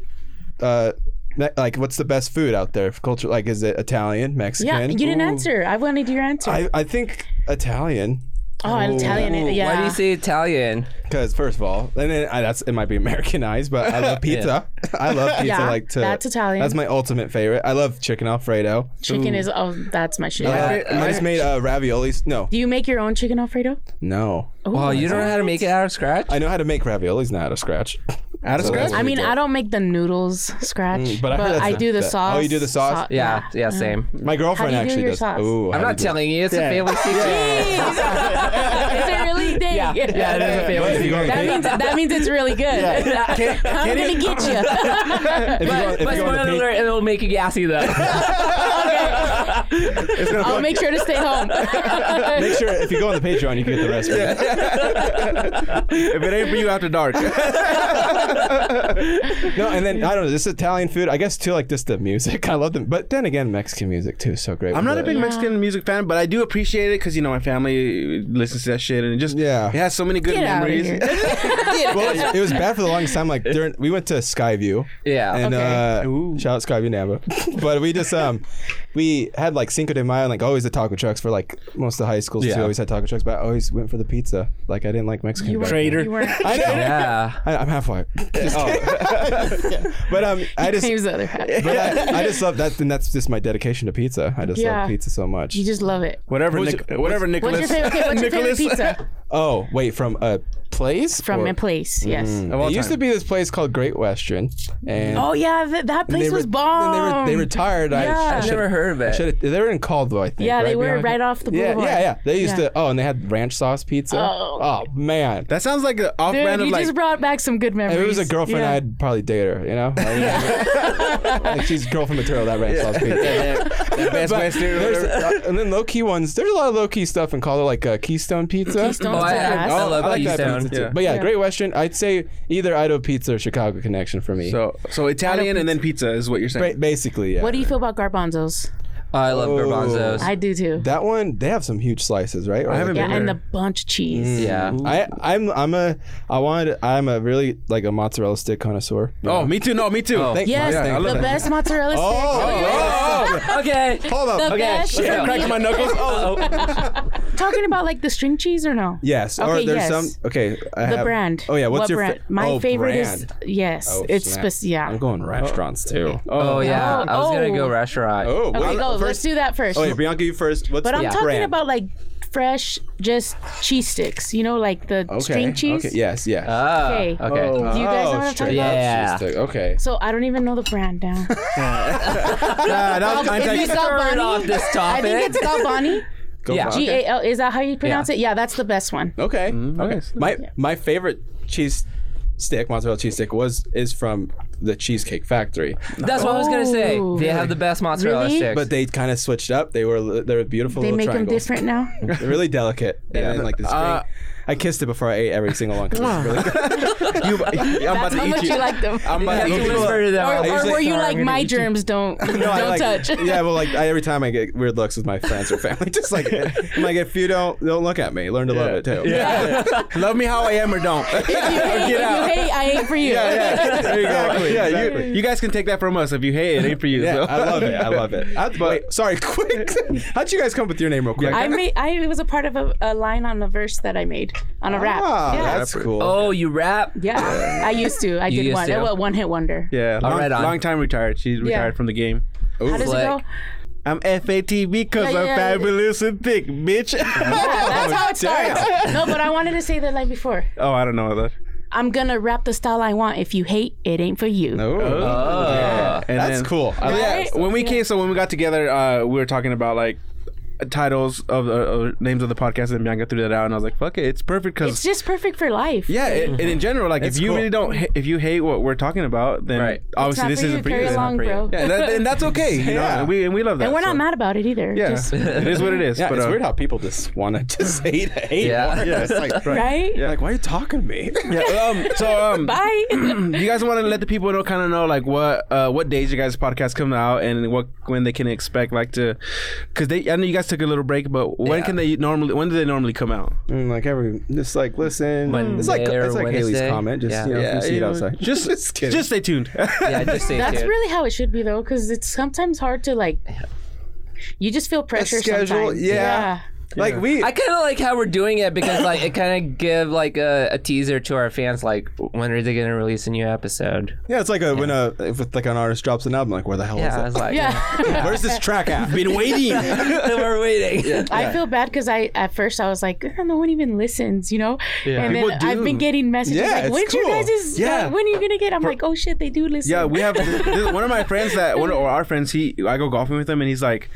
Uh, me- like, what's the best food out there? for Culture, like, is it Italian, Mexican?
yeah, you didn't
Ooh.
answer. I wanted your answer.
I, I think Italian.
oh, Italian.
Ooh,
yeah.
Why do you say Italian?
Because first of all, and then I, that's it might be Americanized, but I love pizza. I love pizza.
Yeah,
like to
that's Italian.
That's my ultimate favorite. I love chicken alfredo.
Chicken is oh, that's my shit.
Uh,
my-
I just made uh, ravioli. No,
Do you make your own chicken alfredo?
no.
Oh.
Well, you don't know how to
what?
make it out of scratch.
I know how to make raviolis now out of scratch.
Out of
that's
scratch.
I mean, uh,
Pretty good.
I don't make the noodles scratch,
but
but
I
I,
heard that's the-
do the
that-
sauce.
oh, you do the sauce?
*laughs*
yeah, yeah, same.
My girlfriend
do you do
actually
your
does.
sauce?
Ooh,
I'm
how
not
do you do it?
telling you. It's a
*laughs*
family secret.
it's a really thing. Yeah,
*laughs* Yeah, it is a family
If you go on a
secret.
That
date-
means that means it's really good. *laughs* I'm gonna get you. *laughs*
if you go- if you
But
go on a
spoiler
date-
alert, it'll make you gassy though. *laughs*
I'll make sure to stay home.
*laughs* Make sure if you go on the Patreon, you can get the recipe.
if it ain't for you after
*laughs*
dark.
No, and then I don't know. This Italian food, I guess too. Like just the music, *laughs* I love them. But then again, Mexican music too is so great.
I'm not a
But-
big Mexican music fan, but I do appreciate it because you know my family listens to that shit and it just
Yeah.
it has so many good
Get out of
memories.
here.
Well, it was, it was bad for the longest time. Like during, we went to Skyview.
Yeah.
And
Okay.
uh,
Ooh.
*laughs* shout out Skyview Napa. but we just um, we had like Cinco de Mayo, and like always the taco trucks for like most of the high schools
Yeah.
too. Always had taco trucks, but I always went for the pizza. Like I didn't like Mexican.
You
back
were,
then.
Traitor.
You were,
I
*laughs*
know.
Yeah.
I, I'm
*laughs*
half white.
Oh.
*laughs* but um, I just.
he was the other half.
*laughs* But I, I just love that, and that's just my dedication to pizza. I just
Yeah.
love pizza so much.
You just love it.
*laughs* Whatever,
What's
Nic-
your-
whatever,
What's
Nicholas.
your favorite? Okay, what's your favorite
Nicholas.
pizza
oh, wait, from a place?
from
Or- Mm.
a place? Yes.
Of all
It used
time.
to be this place called Great Western, and
Oh yeah, that, that
they
place
were-
was bomb.
and they were they retired. I-
Yeah.
I,
I've
I've
should-
never heard of it.
should- they were in Caldwell, I think.
Yeah, they were
Bianca?
right off the
Yeah,
boulevard.
yeah, yeah. They used
Yeah.
to. Oh, and they had ranch sauce pizza.
Oh.
man.
*laughs* That sounds like an
Dude,
off-brand
you
of like.
just brought back some good memories.
If it was a girlfriend,
Yeah.
I'd probably date her.
*laughs*
You know, Like, like, she's girlfriend material. That ranch sauce pizza.
*laughs* the best
But
Western.
there's-
whatever.
uh, and then low key ones. There's a lot of low key stuff in Colorado, like uh, Keystone Pizza.
Keystone.
Oh, I, I, I
Oh,
love
I like that
Keystone.
pizza too.
yeah.
But yeah,
Yeah.
Great Western. I'd say either Idaho Pizza or Chicago Connection for me.
So, so Italian and then pizza is what you're
Ba-
saying.
basically, yeah.
What do you feel about garbanzos?
Oh, I love garbanzos.
I do too.
that one? They have some huge slices, right? Or
I haven't
like-
yeah,
been
and the
there.
bunch of cheese.
Mm.
yeah.
*laughs*
I I'm I'm a I wanted I'm a really like a mozzarella stick connoisseur.
Oh, me too. No, me too.
Thank-
Yes,
Yeah, I
the
love that.
best mozzarella stick.
oh,
okay.
hold up.
the
Okay.
best.
Shit, I'm cracking my knuckles. Oh,
Talking about like the string cheese or no?
Yes. or
Okay, yes.
there's some. Okay. I
The
have-
brand.
Oh yeah. What's
What
your
brand?
fa-
My
oh,
favorite is
brand.
yes.
Oh,
it's
snap.
spec- yeah.
I'm going restaurants too.
Oh, yeah.
Oh,
I was going
oh.
to go restaurant.
Oh.
okay,
wait,
go. let let's
first-
do that first.
Oh wait, Bianca, you first. What's
but
the
I'm talking
brand?
about like fresh, just cheese sticks. You know, like the
okay.
string cheese.
Okay. Yes. Yes.
Ah,
Okay.
okay.
Oh,
Do you guys know what I'm
straight
talking
up
about?
cheese
Yeah.
stick, Okay.
So I don't even know the brand
*laughs*
now.
Ah,
nah, that was
If
anti-
it's got
Turn off
Bonnie,
this
I
topic.
think it's Galbani.
Go
Yeah.
Bianca.
G A L. Is that how you pronounce
Yeah.
it? Yeah, that's the best one.
Okay. okay.
nice.
My my favorite cheese stick, mozzarella cheese stick, was is from the Cheesecake Factory.
*laughs* That's what I was gonna say.
Oh.
They have the best mozzarella
Really?
sticks.
But they kind of switched up. They were they were beautiful.
They
little
make them
triangles.
different now.
*laughs* They're really delicate. And like this
Uh,
thing. I kissed it before I ate every single one. 'cause it's really
*laughs*
good. *laughs*
you, I'm about
That's
to
how
eat
much
you.
you like them.
I'm about
have
to
to
eat you.
whisper to them.
Or,
I
or
usually-
were you
Sorry,
like
I'm
my
gonna eat you.
germs? Don't
*laughs* No, I
don't
like-
touch. *laughs*
Yeah, well, like I, every time I get weird looks with my friends or family, *laughs* just like I'm like if you don't don't look at me, learn to love it too.
Yeah. *laughs* Love me how I am or don't. *laughs*
If you hate,
get
if
out.
you hate, I hate for you.
yeah, there you go.
Exactly,
yeah,
exactly.
You, you guys can take that from us. If you hate it, it ain't for you.
Yeah,
so.
*laughs* I love it. I love
*laughs*
it. I, wait, sorry, *laughs* quick. How'd you guys come up with your name real quick? *laughs*
I made. I was a part of a, a line on a verse that I made on a rap.
Ah,
yeah.
that's cool.
oh, you rap?
yeah, I used to. I did
used
one.
to?
Well, one hit wonder.
Yeah, long,
right on.
long time retired. She's retired from the game.
How does it
Slick.
go?
I'm FATB because
Yeah,
I'm
yeah.
fabulous and thick, bitch.
*laughs* That's how
*laughs*
it
damn.
starts. No, but I wanted to say that line before.
oh, I don't know that.
I'm gonna rap the style I want. If you hate, it ain't for you.
Oh.
Oh.
And
That's
then-
cool. I
But
like
yeah,
that stuff.
when we came, so when we got together, uh, we were talking about like titles of uh, uh, names of the podcast, and Bianca threw that out, and I was like, "Fuck it, it's perfect." Because
It's just perfect for life.
yeah, it, and in general, like
Mm-hmm. It's
if you
cool.
really don't, ha- if you hate what we're talking about, then
Right.
It's
obviously
not
this
for you.
isn't for you.
Carry
It's not
along,
for you.
bro.
Yeah, and, that, and that's okay. You know,
Yeah.
and we and we love that.
And we're
so-
not mad about it either.
Yeah, *laughs*
Just,
it is what it is.
*laughs* Yeah,
but,
it's
uh,
weird how people just want to *laughs* just hate, hate.
Yeah.
more.
Yeah.
It's like,
*laughs* right?
like, why are you talking to *laughs* me?
Yeah, um, so um,
*clears throat*
Bye.
you guys want to let the people know kind of know like what uh, what days your guys podcast come out and what when they can expect like to because they I know you guys took a little break but when
Yeah.
can they normally when do they normally come out
Mm, like every, just like listen. it's like
Monday or
it's like Haley's
Wednesday.
comment. Just
Yeah.
you know, if you see
you
it
know,
outside.
just
*laughs* just kidding.
just stay tuned *laughs*
Yeah, just say
That's
dude.
really how it should be though, because it's sometimes hard to like. You just feel pressure
schedule,
sometimes.
yeah. like we.
I kind of like how we're doing it because like it kind of give like a, a teaser to our fans like when are they gonna release a new episode?
yeah, it's like a, when a if it's like an artist drops an album, like where the hell
Yeah, I
is *laughs*
was
it?
like,
Yeah.
Where's this track at?
been waiting
*laughs* we're waiting.
I feel bad because I at first I was like, "Eh, no one even listens, you know. And then
People do.
I've been getting messages
Yeah,
like,
it's
"When's your
cool.
guys'
Yeah.
uh, when are you gonna get?" I'm like, "Oh shit, they do listen."
yeah we have this, this- one of my friends that one of or our friends he I go golfing with him and he's like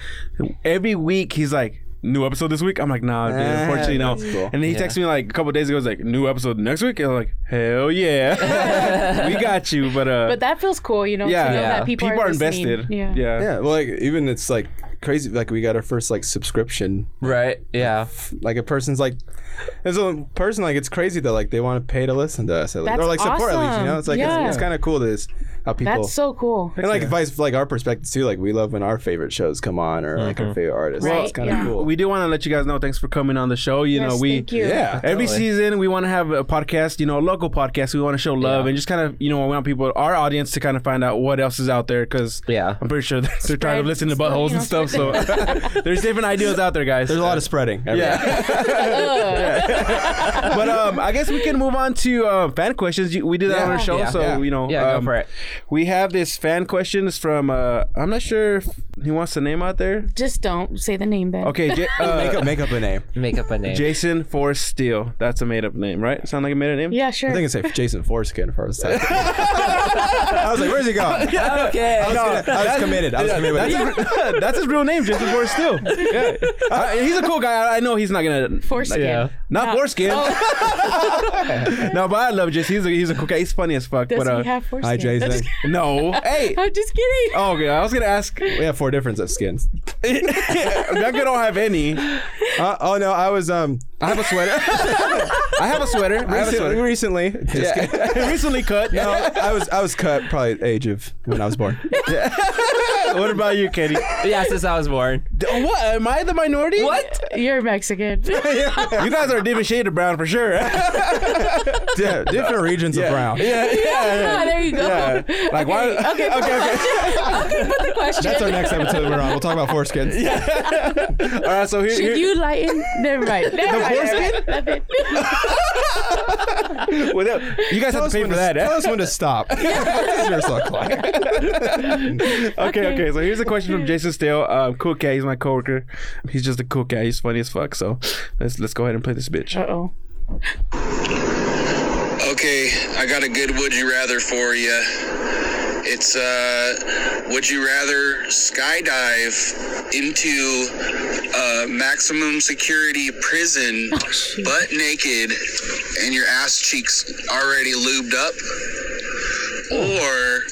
every week he's like new episode this week I'm like nah dude
Ah,
unfortunately no
that's cool.
and he texted me like a couple days ago he's like new episode next week and I'm like hell yeah *laughs* we got you but uh
but that feels cool, you know.
Yeah.
to know
Yeah.
that people,
people are
listening.
invested
Yeah.
yeah.
*laughs* Yeah, well, like even it's like crazy. Like we got our first like subscription.
Right? Yeah.
Like a person's like, And so, person, like, it's crazy that like they want to pay to listen to us, at least.
That's
or like support at least. You
awesome.
know, it's like
Yeah.
it's, it's kind of cool. This how people.
That's so cool.
and like vice like our perspective too. Like we love when our favorite shows come on or like our favorite artists.
Right,
It's kind of
yeah.
cool.
We do want to let you guys know. Thanks for coming on the show. You know,
Yes,
we
thank you.
yeah.
Every
totally.
season, we want to have a podcast, you know, a local podcast. We want to show love
Yeah.
and just kind of, you know, we want people, our audience, to kind of find out what else is out there because
Yeah.
I'm pretty sure *laughs* they're tired
Spread-
of listening to
spread,
buttholes
you know,
and stuff. So
*laughs*
*laughs* there's different ideas out there, guys.
There's a lot of spreading.
yeah. Yeah. but um, I guess we can move on to uh, fan questions. You- We did that on our
Yeah.
show,
Yeah.
so
Yeah.
you know,
Yeah, go
um,
for it.
We have this fan questions from. Uh, I'm not sure if he wants the name out there.
Just don't say the name then.
Okay, J-
*laughs* Make
uh,
up, make up a name.
Make up a name.
Jason Forrest Steele. That's a made up name, right? Sound like a made up name?
Yeah,
I
sure.
think it's like Jason Foreskin for
*laughs*
a second. I was like, where's he going?
*laughs* okay.
Oh,
I was, gonna- I was committed. I was committed. With it.
That's, his, that's his real *laughs* name, Jason Forrest Steele. Yeah. Uh, he's a cool guy. I, I know he's not gonna
Foreskin.
Yeah.
not
No.
foreskin.
Oh,
*laughs* no, but I love Jason. He's a, he's a cool guy. He's funny as fuck.
does
but uh,
he have foreskin?
Hi,
I'm
Jason.
just,
no. Hey.
*laughs* I'm just kidding.
Oh, okay. I was gonna ask. *laughs*
We have four difference of skins.
That girl don't have any. I
Uh, oh no, I was um.
have a
*laughs*
sweater. I have a sweater. I have a
Recently,
sweater.
recently, Just
*laughs*
kidding.
Recently cut.
No, I was I was cut probably age of when I was born.
*laughs* What about you, Katie?
yeah, since I was born.
D- What? Am I the minority?
What?
You're Mexican.
*laughs* You guys are a different shade of brown for sure. *laughs* yeah,
Yeah, different regions of brown.
*laughs*
yeah,
Ah, there you go.
Like why?
Okay, okay, okay. *laughs* okay, put the question.
That's
*laughs*
our next episode we're on. We'll talk about foreskins. Yeah.
All right. So here, here-
Should you lighten? Never mind. Never mind. Never mind. Nothing.
*laughs* without- you guys have to pay for that. eh?
Tell us when
*laughs*
to stop. what does yours look like?
Okay,
Okay.
okay. So here's a question from Jason Steele. Um, cool cat. He's my coworker. He's just a cool cat. He's funny as fuck. So let's let's go ahead and play this bitch.
Uh-oh.
Okay, I got a good would you rather for you. It's uh, would you rather skydive into a maximum security prison butt naked and your ass cheeks already lubed up? Or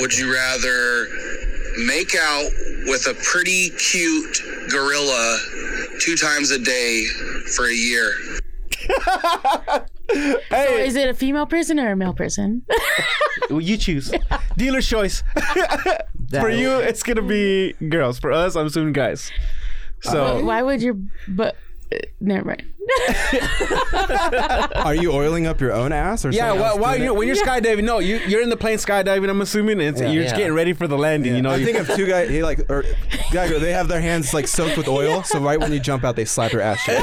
would you rather make out with a pretty cute gorilla two times a day for a year?
So is it a female prison or a male prison?
Well, you choose. *laughs* Dealer's choice. *laughs* for you, it's gonna be girls. For us, I'm assuming guys. So
Uh, Why would your but? Uh, never mind.
Are you oiling up your own ass or
yeah,
someone
while,
else
while
doing
you
it?
when you're skydiving, no, you you're in the plane skydiving. I'm assuming and it's, you're just
Yeah.
getting ready for the landing. You know,
I
you,
think of two guys. He like or guy. They have their hands like soaked with oil. So right when you jump out, they slap your ass. shut.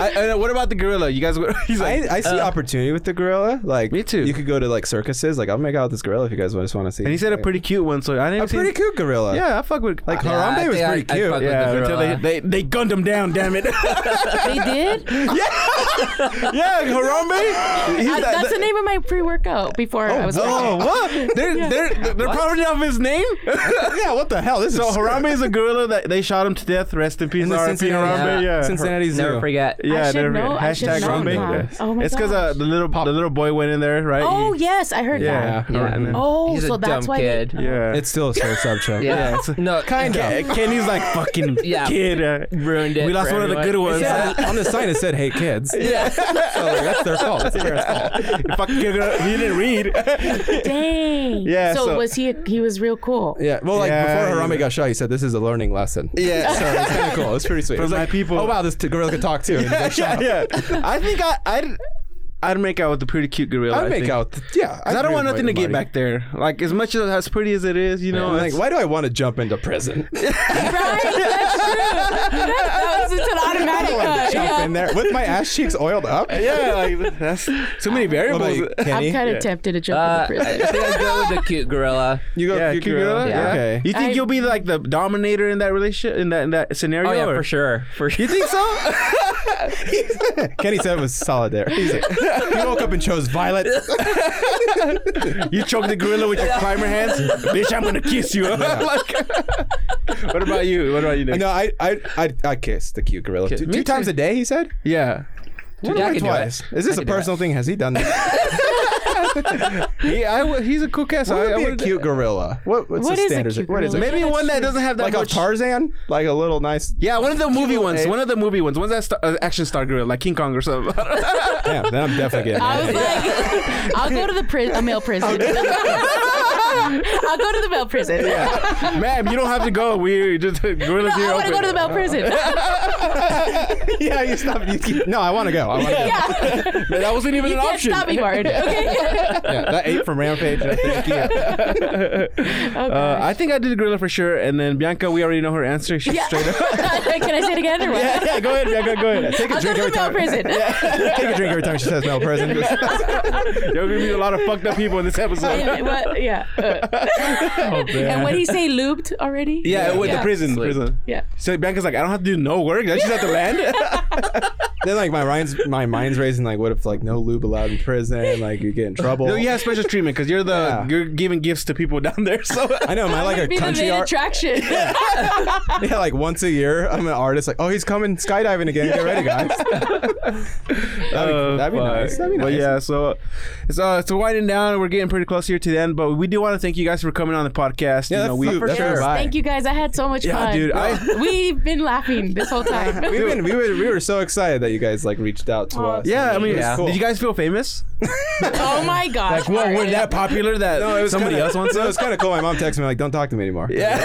I, I, what about the gorilla? You guys, *laughs* he's like,
*laughs* I, I see opportunity with the gorilla. Like
Uh, Me too.
You could go to like circuses. Like I'll make out with this gorilla if you guys just want to see.
and he said a pretty cute one. So I didn't
a
see
pretty cute gorilla.
Yeah, I fuck with like
Yeah, Harambe
I
was
think I-
pretty
*laughs*
I
cute.
fuck with
Yeah,
the
until they,
gorilla.
they they gunned him down. Damn it. *laughs*
They did.
Yeah, Harambe. He's
I-
that-
that's the name of my pre-workout before I was.
Oh,
working.
what? They're they're they're probably off his name.
*laughs* yeah. What the hell? This
so *laughs*
is
Harambe is a gorilla that they shot him to death. Rest in peace,
In the
R.I.P.
Cincinnati-
Harambe. Yeah,
Yeah.
Cincinnati Zoo.
Never forget.
Yeah,
I should
never
know-
forget.
I should
Hashtag
know
Harambe.
now.
Yeah.
Oh my
it's because uh,
gosh.
the little the little boy went in there, right?
Oh
He-
yes, I heard
yeah,
that.
Yeah.
yeah. and then-
Oh,
He's
so
a
that's why.
dumb
they-
kid.
yeah.
It's still a slow subject. *laughs*
Yeah.
it's- *laughs*
no,
Kind of.
Ken- Kenny's like fucking
Yeah.
kid. uh,
ruined it.
we lost
for
one of the
everyone.
good ones.
Yeah, on the sign it said, "Hey kids."
*laughs* Yeah.
So like, that's their fault. That's the parents'
*laughs*
fault.
Fucking kid, he didn't *laughs* read.
*laughs* Dang.
*laughs* Yeah,
So,
so-
was he? A, he was real cool.
Yeah. Well, like
Yeah,
before Harambe
yeah.
got shot, he said, "This is a learning lesson."
Yeah.
*laughs* So it's kind of cool. It's
*laughs*
pretty sweet.
For
It's
my
like,
people.
Oh wow, this t- gorilla can talk too. And they
*laughs*
shot
yeah,
him.
yeah. I think I, I'd I'd make out with a pretty cute gorilla.
I'd make
think.
out. th- yeah.
'Cause I
agree
don't want
with
nothing to get
Marty.
back there. Like as much as as pretty as it is, you know.
I'm
it's-
like, why do I want to jump into
*laughs*
prison?
Right. That's true. That, that was just an
*laughs*
automatic.
Like,
cut.
jump
Yeah.
in there with my ass cheeks oiled up.
Yeah, *laughs* like that's so many
What about
variables.
you,
I'm
Kenny?
kind of tempted to jump
Uh,
in the
I *laughs*
prison.
think I'd go with the cute gorilla.
you go,
yeah,
you
cute gorilla.
gorilla.
Yeah.
*laughs* Okay.
You think
I-
you'll be like the dominator in that relationship in that in that scenario?
Oh yeah,
or?
for sure. For sure.
You think so?
Kenny said it was solidary. He's like, he woke up and
*laughs*
chose
*laughs*
violet.
you choke the gorilla with your climber hands, bitch. I'm gonna kiss you. *laughs* Like- what about you? What about you? Nick?
No, I, I, I, I kissed the cute gorilla two,
me
two
too.
times a day. He said.
Yeah.
What
Yeah, I
am I
could do
twice?
it.
Is this
I
a
could do
*laughs* personal thing? Has he done this?
he, I w- he's a cool cat. so
What
I- I
would be a
would-
cute gorilla? What, what's
What
the
is a
standards?
cute
what is it?
gorilla?
Maybe one that doesn't have that
like a
much.
Tarzan, like a little nice.
yeah, one of the movie ones.
eh?
One of the movie ones. Ones that star, uh, action star gorilla, like King Kong or something.
*laughs*
*laughs*
Yeah, then I'm definitely getting
I was
it.
like, *laughs* I'll go to the pri- a male prison. I'll *laughs* go to the male prison.
Ma'am, you don't have to go. We just *laughs* gorillas
I
here.
want to go to the male
*laughs*
prison.
*laughs* yeah, you stop. You keep, no, I want to go. I want to go.
Man, *laughs* that wasn't even
You
an
can't
option.
stop me, Martin. Okay. *laughs*
Yeah, that ape from Rampage. I think, yeah.
Uh, I think I did gorilla for sure, and then Bianca, we already know her answer. She's straight up. *laughs*
Can I say it again or what?
yeah, yeah, go ahead, Bianca, go ahead.
Take a
I'll go
drink
to the
every
male
time.
prison.
Take a drink every time she says no present. *laughs*
There are gonna be a lot of fucked up people in this episode.
*laughs* And what- yeah. uh, and what he say lubed already?
Oh, Yeah, with
yeah.
the prison,
Sleep.
prison.
Yeah.
So Bianca's like, I don't have to do no work. I just have
*laughs*
to land. *laughs*
then like my mind's my mind's raising like what if like no lube allowed in prison like you get in trouble.
No, you have special treatment because you're the
Yeah.
you're giving gifts to people *laughs* down there. So
I know. Am I like
Would
a
be the
country
main
*laughs*
art?
attraction.
yeah, like once a year, I'm an artist. Like, oh, he's coming skydiving again. Get ready, guys. *laughs* that'd be, that'd be
Fuck.
nice. That'd be nice.
Uh, But yeah, so it's uh, it's winding down. We're getting pretty close here to the end, but we do want to thank you guys for coming on the podcast.
Yeah,
you
that's
know, we,
food.
for
That's
sure.
food. Bye.
Thank you guys. I had so much
Yeah,
fun. *laughs*
dude, I-
We've been laughing this whole
*laughs*
time.
We've been, we, were, we were so excited that you guys like reached out to us.
Yeah, I mean,
It was cool.
did you guys feel famous?
oh my gosh.
Like, whoa, we're
Martin.
that popular that
No, it was
somebody
kinda,
else wants
*laughs* no, It
us.
was kind of cool. My mom texted me like, "Don't talk to me anymore."
Yeah,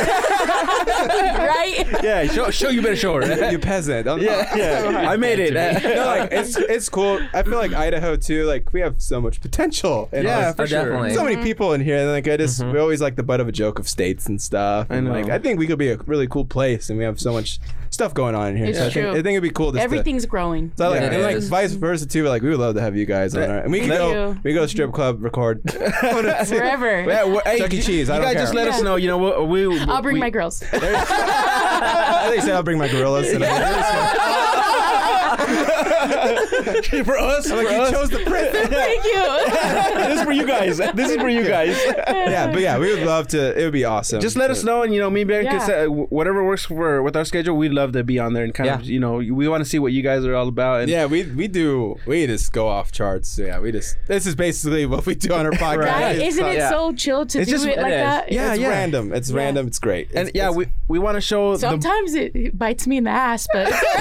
right?
*laughs* yeah. Show, show you better show her.
*laughs* you peasant.
*laughs*
Don't
yeah, *laughs* yeah. I made it. *laughs*
no, like it's it's cool. I feel like Idaho too. Like we have so much potential. In
Yeah,
us.
for
Oh,
sure.
definitely.
so many
Mm-hmm.
people in here. And like I just we're always like the butt of a joke of states and stuff. And
know.
like I think we could be a really cool place, and we have so much stuff going on in here.
It's
so I think,
true.
I think it'd be cool. Just to-
Everything's growing.
so like,
Yeah, it
and like
is.
vice versa too. Like we would love to have you guys on, our, and we could
Thank
go
you.
we go strip
*laughs*
club record.
Forever.
*laughs* Yeah, we're- hey,
Chuck E.
you-
Cheese, I
You
don't
guys just
care.
let us
Yeah.
know. You know what? We,
I'll bring
we-
my girls.
I think said I'll bring my gorillas. And
*laughs* for us.
I'm like,
for
you
us.
chose the *laughs* print.
Thank you.
*laughs* this is for you guys. This is for *laughs* you guys.
yeah, but yeah, we would love to. It would be awesome.
Just let us know, and you know, me and Ben
Yeah.
could say, whatever works for with our schedule. We'd love to be on there and kind of,
Yeah.
you know, we want to see what you guys are all about. And
Yeah, we we do. We just go off charts. So yeah, we just. This is basically what we *laughs* do on our podcast.
Right?
It's
Isn't it
Yeah.
so chill to
It's
do
just-
it
it
like
is.
that?
Yeah,
it's
yeah.
random. It's random. It's great.
and
It's-
yeah,
it's-
we we want to show the
Sometimes it, it bites me in the ass,
*laughs*
but *laughs*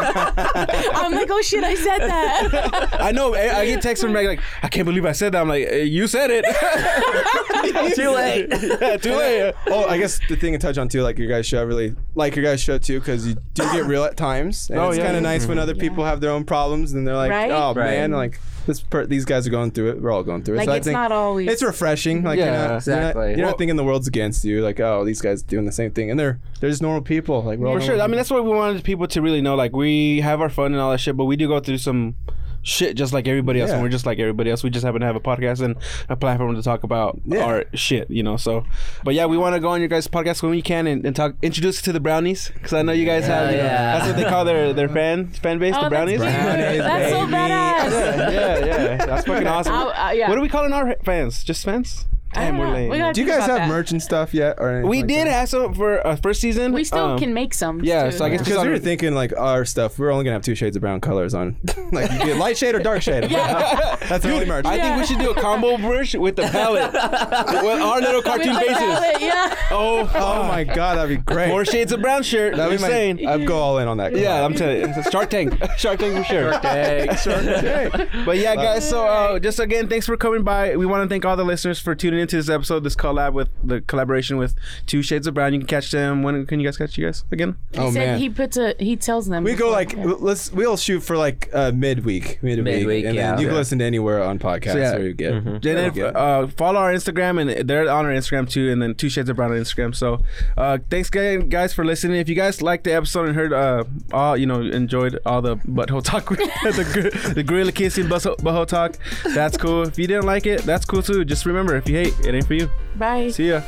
I'm like, oh shit, I said
*laughs*
that.
I know. eh, I, I get texts from Meg like, I can't believe I said that. I'm like, "Eh, you said
*laughs*
it. too late. *laughs* yeah, too late.
Oh, I guess the thing to touch on too, like your guys' show, I really like your guys' show too, because you do get real at times, and
Oh,
it's
yeah.
kind of nice when other people have their own problems, and they're like,
Mm-hmm. Right?
"Oh
Right.
man, like this, per- these guys are going through it. We're all going through it."
Like,
so I
it's
think
not always-
It's refreshing. Like, you're
Yeah,
not,
exactly.
You're not, you're
Well-
not thinking the world's against you. Like, oh, these guys doing the same thing, and they're they're just normal people. Like, we're all
For sure. *laughs*
normal
I mean, that's what we wanted people to really know. Like, we have our fun and all that shit, but we do go through some shit just like everybody else,
Yeah.
and we're just like everybody else. We just happen to have a podcast and a platform to talk about
Yeah.
our shit, you know. So, but yeah, we want to go on your guys' podcast when we can and, and talk, introduce to the brownies, because I know you guys have. you know,
yeah.
That's what they call their their fan fan base, the
Oh,
brownies.
That's, pretty
Brownies,
good. That's so
baby.
badass.
yeah, yeah, *laughs* yeah. that's
*laughs*
fucking awesome.
I'll- uh, yeah.
What are we calling our fans? Just fans?
I
Damn,
don't
we're
know.
lame.
We gotta
Do you
think
guys have
about that.
merch and stuff yet? Or anything
we
like
did
that?
have some for uh, first season.
We still
um,
can make some.
yeah,
too.
so I guess-
Because we were thinking like our stuff, we're only gonna have two shades of brown colors on. *laughs* like you get light shade or dark
*laughs*
shade. That's the only merch.
I think we should do a combo brush with the palette. with our little
*laughs*
cartoon
With the
faces.
palette, Oh, yeah.
Oh,
oh
fuck.
my god, that'd be great.
Four shades of brown shirt. That
That'd
was
be my-
insane.
I'd go all in on that. Come
yeah,
on.
I'm telling you. It's Shark
*laughs*
Tank. Shark Tank for sure. *laughs* But yeah, guys. So uh, just again, thanks for coming by. We want to thank all the listeners for tuning into this episode, this collab with the collaboration with Two Shades of Brown. You can catch them. When can you guys catch you guys again?
oh
he said
man.
he puts a he tells them
we go
before.
like let's we'll shoot for like uh, midweek, midweek,
Midweek,
and then
yeah.
you can
Yeah.
listen to anywhere on podcasts
So, yeah.
where you get.
And
where
then
you get-
uh, follow our Instagram, and they're on our Instagram too. And then Two Shades of Brown on Instagram. So, uh, thanks again, guys, for listening. If you guys liked the episode and heard, uh, all you know, enjoyed all the butthole talk, with- the gr- the gorilla kissing butthole, butthole talk, that's cool. If you didn't like it, that's cool too. Just remember, if you hate, it ain't for you.
bye.
See ya.